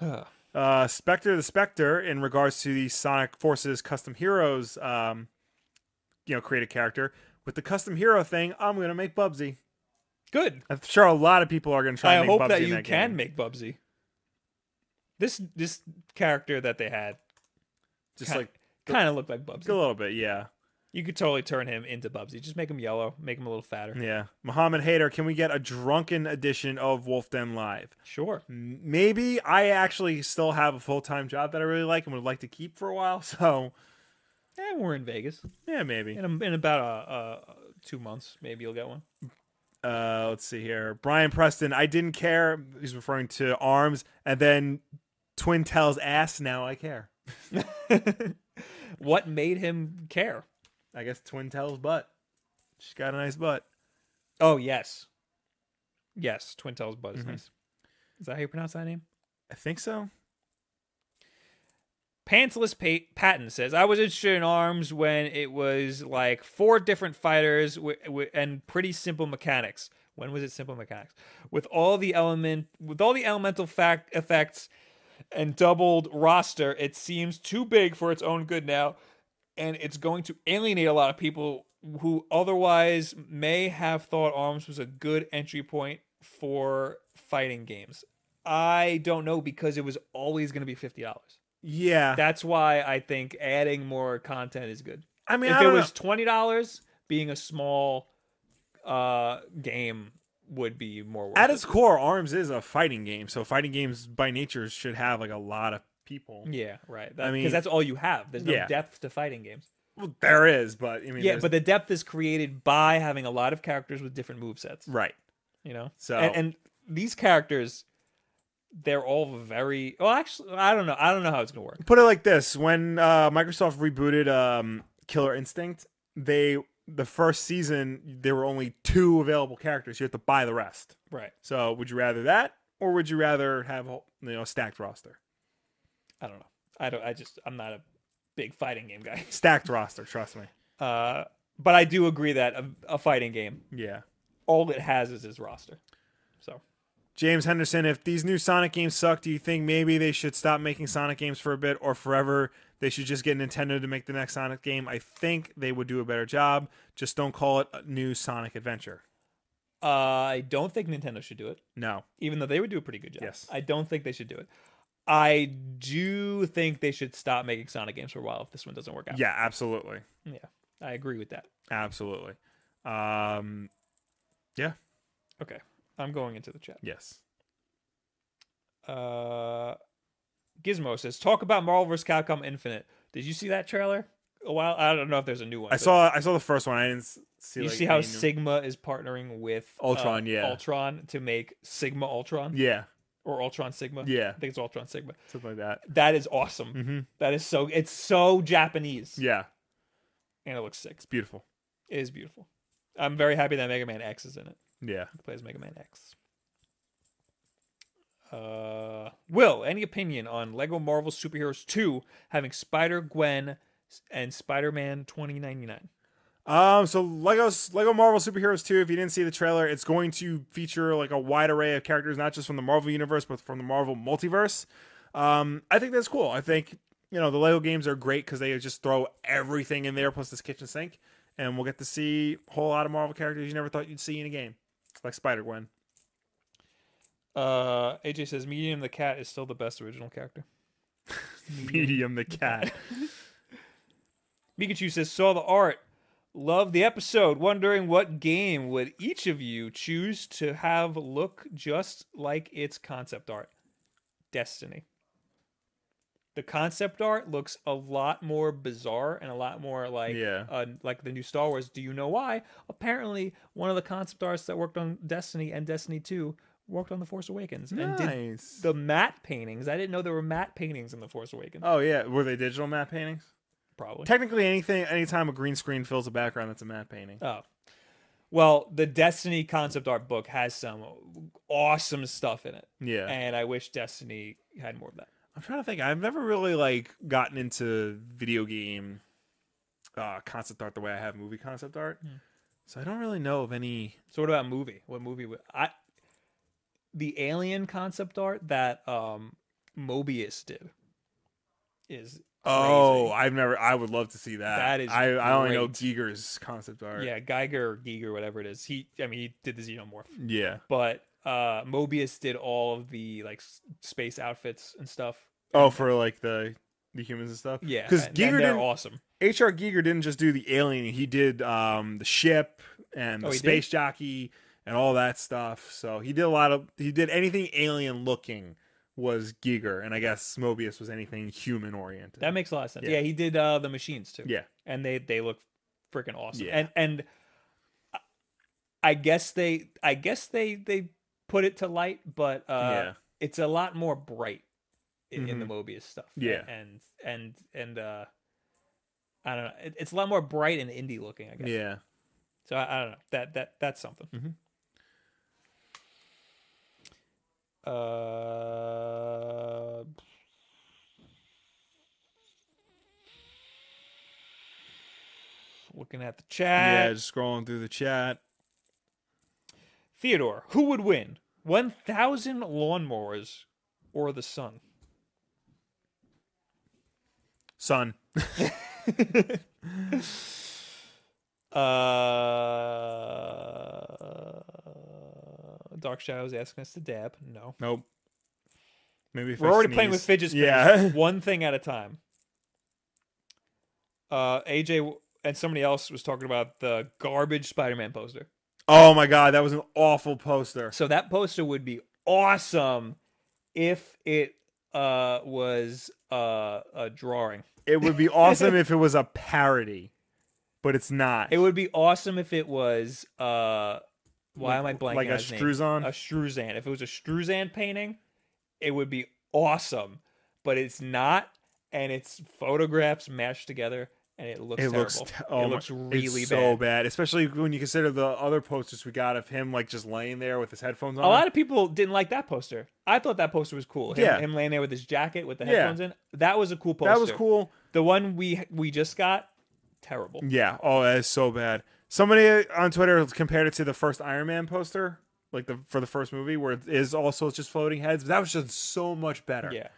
Speaker 1: Huh.
Speaker 2: Uh, Spectre the Spectre, in regards to the Sonic Forces Custom Heroes, um, you know, create a character with the custom hero thing. I'm gonna make Bubsy.
Speaker 1: Good.
Speaker 2: I'm sure a lot of people are gonna try.
Speaker 1: I
Speaker 2: and make
Speaker 1: hope
Speaker 2: Bubsy
Speaker 1: that
Speaker 2: in
Speaker 1: you
Speaker 2: that
Speaker 1: can
Speaker 2: game.
Speaker 1: make Bubsy. This this character that they had
Speaker 2: just
Speaker 1: ki-
Speaker 2: like
Speaker 1: kind of looked like Bubsy.
Speaker 2: a little bit. Yeah.
Speaker 1: You could totally turn him into Bubsy. Just make him yellow, make him a little fatter.
Speaker 2: Yeah. Muhammad Hader, can we get a drunken edition of Wolf Den Live?
Speaker 1: Sure.
Speaker 2: M- Maybe I actually still have a full time job that I really like and would like to keep for a while. So,
Speaker 1: And we're in Vegas
Speaker 2: yeah, maybe.
Speaker 1: in a, in about uh, uh, two months. Maybe you'll get one.
Speaker 2: Uh, let's see here. Brian Preston, I didn't care. He's referring to arms. And then Twin Tails ass, now I care.
Speaker 1: What made him care?
Speaker 2: I guess Twin Tails butt. She's got a nice butt.
Speaker 1: Oh yes, yes. Twin Tails Bud is
Speaker 2: Mm-hmm.
Speaker 1: nice. Is that how you pronounce that name?
Speaker 2: I think so.
Speaker 1: Pantsless pa- Patton says, I was interested in arms when it was like four different fighters wi- wi- and pretty simple mechanics. When was it simple mechanics? With all the element, with all the elemental fact effects and doubled roster, it seems too big for its own good now, and it's going to alienate a lot of people who otherwise may have thought arms was a good entry point for fighting games. I don't know because it was always going to be fifty dollars.
Speaker 2: Yeah.
Speaker 1: That's why I think adding more content is good.
Speaker 2: I mean,
Speaker 1: if
Speaker 2: I
Speaker 1: it
Speaker 2: don't
Speaker 1: was twenty dollars, being a small uh game would be more worth
Speaker 2: At
Speaker 1: it.
Speaker 2: its core, Arms is a fighting game, so fighting games by nature should have like a lot of people.
Speaker 1: Yeah, right. That, I
Speaker 2: mean-
Speaker 1: because that's all you have. There's no
Speaker 2: Yeah.
Speaker 1: depth to fighting games.
Speaker 2: Well, there is, but I mean,
Speaker 1: yeah,
Speaker 2: there's-
Speaker 1: but the depth is created by having a lot of characters with different movesets.
Speaker 2: right.
Speaker 1: You know,
Speaker 2: So-
Speaker 1: and, and these characters, they're all very well. Actually, I don't know. I don't know how it's gonna work.
Speaker 2: Put it like this: when uh, Microsoft rebooted um, Killer Instinct, they the first season there were only two available characters. You have to buy the rest.
Speaker 1: Right.
Speaker 2: So, would you rather that, or would you rather have a whole- you know a stacked roster?
Speaker 1: I don't know. I don't. I just. I'm not a big fighting game guy.
Speaker 2: Stacked roster, trust me.
Speaker 1: Uh, but I do agree that a, a fighting game,
Speaker 2: Yeah.
Speaker 1: all it has is its roster. So
Speaker 2: James Henderson, if these new Sonic games suck, do you think maybe they should stop making Sonic games for a bit or forever? They should just get Nintendo to make the next Sonic game. I think they would do a better job. Just don't call it a new Sonic Adventure.
Speaker 1: uh, I don't think Nintendo should do it.
Speaker 2: No.
Speaker 1: even though they would do a pretty good job.
Speaker 2: Yes.
Speaker 1: I don't think they should do it. I do think they should stop making Sonic games for a while if this one doesn't work out.
Speaker 2: Yeah, absolutely.
Speaker 1: Yeah. I agree with that.
Speaker 2: Absolutely. Um,
Speaker 1: Okay. I'm going into the chat.
Speaker 2: yes.
Speaker 1: Uh Gizmo says, talk about Marvel vs. Capcom Infinite. Did you see that trailer? A while I don't know if there's a new one.
Speaker 2: I
Speaker 1: but
Speaker 2: saw I saw the first one. I didn't s- see
Speaker 1: you
Speaker 2: like,
Speaker 1: see how
Speaker 2: any new-
Speaker 1: Sigma is partnering with uh,
Speaker 2: Ultron, yeah.
Speaker 1: Ultron to make Sigma Ultron
Speaker 2: Yeah.
Speaker 1: or Ultron Sigma.
Speaker 2: Yeah.
Speaker 1: I think it's Ultron Sigma.
Speaker 2: Something like that.
Speaker 1: That is awesome.
Speaker 2: Mhm.
Speaker 1: That is so it's so Japanese.
Speaker 2: Yeah.
Speaker 1: And it looks sick.
Speaker 2: It's beautiful.
Speaker 1: It is beautiful. I'm very happy that Mega Man X is in it.
Speaker 2: Yeah.
Speaker 1: He plays Mega Man X. Uh, Will, any opinion on Lego Marvel Superheroes 2 having Spider Gwen and Spider Man 2099?
Speaker 2: Um, so Legos Lego Marvel Superheroes 2, if you didn't see the trailer, it's going to feature like a wide array of characters, not just from the Marvel universe, but from the Marvel multiverse. Um, I think that's cool. I think you know the Lego games are great because they just throw everything in there plus this kitchen sink, and we'll get to see a whole lot of Marvel characters you never thought you'd see in a game. Like Spider Gwen.
Speaker 1: Uh, AJ says Medium the Cat is still the best original character.
Speaker 2: Medium the cat.
Speaker 1: Pikachu says, saw the art, love the episode, wondering what game would each of you choose to have look just like its concept art? Destiny. The concept art looks a lot more bizarre and a lot more like
Speaker 2: Yeah.
Speaker 1: uh, like the new Star Wars. Do you know why? Apparently, one of the concept artists that worked on Destiny and Destiny 2 worked on The Force Awakens and did
Speaker 2: Nice.
Speaker 1: the matte paintings. I didn't know there were matte paintings in The Force Awakens.
Speaker 2: Oh yeah, were they digital matte paintings?
Speaker 1: Probably.
Speaker 2: Technically, anything, anytime a green screen fills a background, that's a matte painting.
Speaker 1: Oh. Well, the Destiny concept art book has some awesome stuff in it.
Speaker 2: Yeah.
Speaker 1: And I wish Destiny had more of that.
Speaker 2: I'm trying to think. I've never really like gotten into video game uh, concept art the way I have movie concept art. So I don't really know of any.
Speaker 1: So what about movie? What movie would I the alien concept art that um Mobius did is crazy.
Speaker 2: Oh, I've never. I would love to see that.
Speaker 1: That is
Speaker 2: I, I only know
Speaker 1: great.
Speaker 2: Giger's concept art.
Speaker 1: yeah, Geiger or Giger, whatever it is. He I mean he did the xenomorph.
Speaker 2: Yeah.
Speaker 1: But uh Mobius did all of the like s- space outfits and stuff.
Speaker 2: Oh, for like the the humans and stuff.
Speaker 1: Yeah.
Speaker 2: Because
Speaker 1: and- and
Speaker 2: Giger
Speaker 1: they're
Speaker 2: didn't.
Speaker 1: awesome.
Speaker 2: HR Giger didn't just do the alien. He did um the ship and the
Speaker 1: Oh, he did?
Speaker 2: space jockey and all that stuff. So he did a lot of. He did anything alien looking was Giger, and I guess Mobius was anything human oriented.
Speaker 1: That makes a lot of sense.
Speaker 2: Yeah.
Speaker 1: Yeah, he did uh, the machines too.
Speaker 2: Yeah.
Speaker 1: and they they look freaking awesome.
Speaker 2: Yeah.
Speaker 1: And and I- I guess they I guess they they put it to light, but uh,
Speaker 2: Yeah. Mm-hmm.
Speaker 1: it's a lot more bright in, in the Mobius stuff.
Speaker 2: Yeah.
Speaker 1: and and and uh, I don't know. It, it's a lot more bright and indie looking. I guess.
Speaker 2: Yeah.
Speaker 1: So I, I don't know. That that that's something.
Speaker 2: Mhm.
Speaker 1: Uh, looking at the chat,
Speaker 2: yeah, just scrolling through the chat.
Speaker 1: Theodore, who would win, one thousand lawnmowers or the sun?
Speaker 2: Son.
Speaker 1: Uh, Dark Shadow's asking us to dab. No.
Speaker 2: Nope. Maybe if
Speaker 1: We're
Speaker 2: I
Speaker 1: already playing
Speaker 2: sneeze.
Speaker 1: with fidget spinners.
Speaker 2: Yeah.
Speaker 1: One thing at a time. Uh, AJ and somebody else was talking about the garbage Spider-Man poster.
Speaker 2: Oh my god, that was an awful poster.
Speaker 1: So that poster would be awesome if it uh, was uh, a drawing.
Speaker 2: It would be awesome if it was a parody, but it's not.
Speaker 1: It would be awesome if it was. Uh, why am I blanking?
Speaker 2: like
Speaker 1: on
Speaker 2: a
Speaker 1: his name?
Speaker 2: Struzan?
Speaker 1: A Struzan. If it was a Struzan painting, it would be awesome. But it's not, and it's photographs mashed together, and it looks
Speaker 2: it
Speaker 1: terrible.
Speaker 2: looks te- oh
Speaker 1: it
Speaker 2: my-
Speaker 1: looks really
Speaker 2: it's
Speaker 1: bad.
Speaker 2: so bad, especially when you consider the other posters we got of him like just laying there with his headphones on.
Speaker 1: A lot of people didn't like that poster. I thought that poster was cool. Him,
Speaker 2: Yeah.
Speaker 1: him laying there with his jacket with the
Speaker 2: Yeah.
Speaker 1: headphones in. That was a cool poster.
Speaker 2: that was cool.
Speaker 1: The one we we just got, terrible.
Speaker 2: Yeah. Oh, that is so bad. Somebody on Twitter compared it to the first Iron Man poster, like the for the first movie, where it is also just floating heads. But that was just so much better.
Speaker 1: Yeah.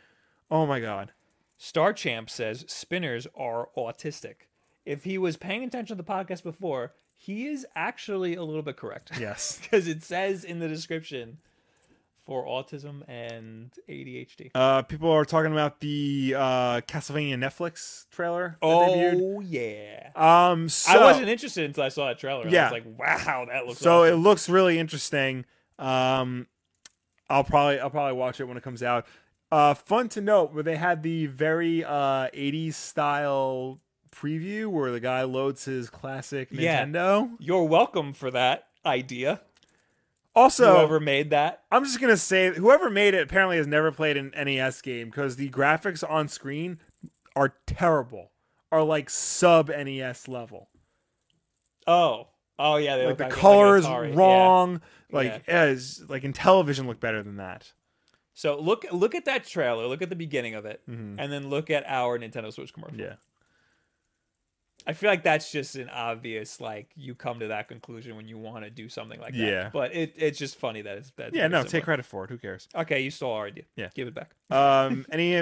Speaker 2: Oh my god.
Speaker 1: Star Champ says spinners are autistic. If he was paying attention to the podcast before, he is actually a little bit correct.
Speaker 2: Yes.
Speaker 1: Because it says in the description for autism and ADHD.
Speaker 2: uh, people are talking about the uh, Castlevania Netflix trailer. that debuted.
Speaker 1: Oh yeah.
Speaker 2: Um. So,
Speaker 1: I wasn't interested until I saw that trailer.
Speaker 2: Yeah.
Speaker 1: I was like, wow, that looks
Speaker 2: So
Speaker 1: awesome.
Speaker 2: it looks really interesting. Um, I'll probably I'll probably watch it when it comes out. Uh, fun to note where they had the very uh 80s style preview where the guy loads his classic
Speaker 1: Yeah.
Speaker 2: Nintendo.
Speaker 1: You're welcome for that idea.
Speaker 2: Also,
Speaker 1: Whoever made that.
Speaker 2: I'm just gonna say whoever made it apparently has never played an NES game because the graphics on screen are terrible. Are like sub NES level.
Speaker 1: Oh. Oh yeah, they
Speaker 2: Like
Speaker 1: look
Speaker 2: the
Speaker 1: like- like
Speaker 2: color is
Speaker 1: Atari. Yeah.
Speaker 2: wrong. Like as like in television look better than that.
Speaker 1: So look look at that trailer, look at the beginning of it, and then look at our Nintendo Switch commercial.
Speaker 2: Mm-hmm. Yeah.
Speaker 1: I feel like that's just an obvious like you come to that conclusion when you want to do something like that.
Speaker 2: Yeah.
Speaker 1: But it, it's just funny that it's that.
Speaker 2: Yeah, no, take credit for it. Who cares?
Speaker 1: Okay, you stole our idea.
Speaker 2: Yeah.
Speaker 1: Give it back.
Speaker 2: Um, any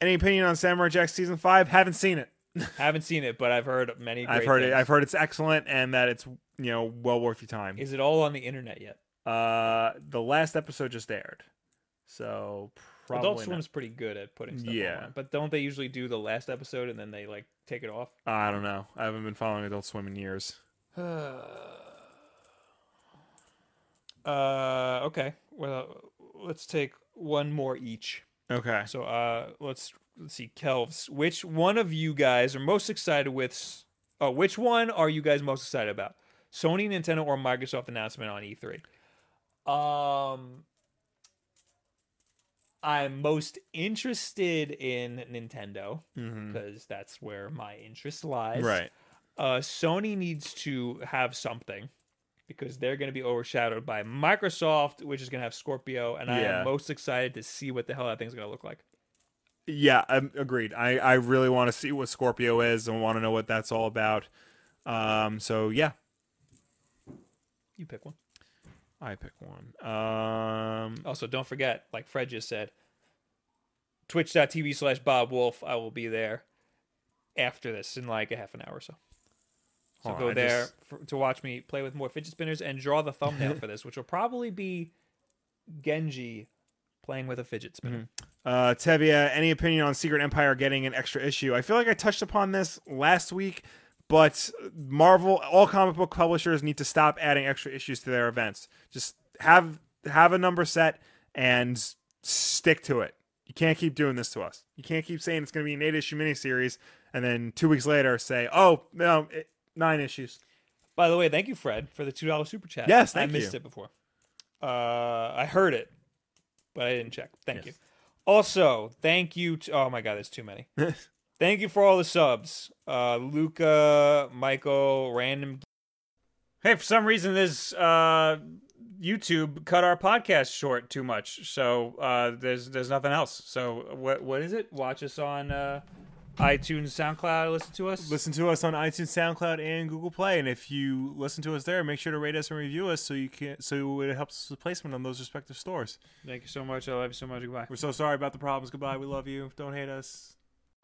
Speaker 2: any opinion on Samurai Jack season five? Haven't seen it.
Speaker 1: Haven't seen it, but I've heard many. Great
Speaker 2: I've heard it.
Speaker 1: things.
Speaker 2: I've heard it's excellent and that it's you know well worth your time.
Speaker 1: Is it all on the internet yet?
Speaker 2: Uh, the last episode just aired, so probably
Speaker 1: Adult
Speaker 2: not.
Speaker 1: Swim's pretty good at putting stuff
Speaker 2: Yeah.
Speaker 1: online, but don't they usually do the last episode and then they like take it off?
Speaker 2: I don't know. I haven't been following Adult Swim in years.
Speaker 1: Uh, okay. Well, let's take one more each.
Speaker 2: Okay.
Speaker 1: So uh, let's let's see, Kelvs. Which one of you guys are most excited with? s- Oh, which one are you guys most excited about? Sony, Nintendo, or Microsoft announcement on E E3? Um, I'm most interested in Nintendo
Speaker 2: Mm-hmm.
Speaker 1: because that's where my interest lies.
Speaker 2: Right.
Speaker 1: Uh, Sony needs to have something because they're going to be overshadowed by Microsoft, which is going to have Scorpio, and I
Speaker 2: Yeah.
Speaker 1: am most excited to see what the hell that thing's going to look like.
Speaker 2: Yeah, I'm agreed. I I really want to see what Scorpio is and want to know what that's all about. Um, so yeah,
Speaker 1: You pick one.
Speaker 2: I pick one. Um,
Speaker 1: Also, don't forget, like Fred just said, twitch.tv slash Bob Wolf. I will be there after this in like a half an hour or so. So
Speaker 2: hold on,
Speaker 1: go
Speaker 2: I
Speaker 1: there
Speaker 2: just-
Speaker 1: for, to watch me play with more fidget spinners and draw the thumbnail for this, which will probably be Genji playing with a fidget spinner.
Speaker 2: Uh, Tevia, any opinion on Secret Empire getting an extra issue? I feel like I touched upon this last week, but Marvel, all comic book publishers need to stop adding extra issues to their events. Just have have a number set and stick to it. You can't keep doing this to us. You can't keep saying it's going to be an eight issue miniseries and then two weeks later say, oh no, it, nine issues.
Speaker 1: By the way, thank you, Fred, for the two dollar super chat.
Speaker 2: Yes,
Speaker 1: I
Speaker 2: thank
Speaker 1: missed
Speaker 2: you.
Speaker 1: it before. Uh, I heard it, but I didn't check. Thank
Speaker 2: Yes.
Speaker 1: you. Also, thank you. To, oh my God, there's too many. thank you for all the subs, uh, Luca, Michael, random. Hey, for some reason, this uh, YouTube cut our podcast short too much, so uh, there's there's nothing else. So what what is it? Watch us on uh, iTunes, SoundCloud. Listen to us.
Speaker 2: Listen to us on iTunes, SoundCloud, and Google Play. And if you listen to us there, make sure to rate us and review us so you can so it helps us with placement on those respective stores.
Speaker 1: Thank you so much. I love you so much. Goodbye.
Speaker 2: We're so sorry about the problems. Goodbye. We love you. Don't hate us.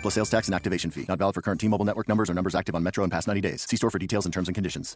Speaker 3: Plus sales tax and activation fee. Not valid for current T Mobile network numbers or numbers active on Metro in past 90 days. See store for details and terms and conditions.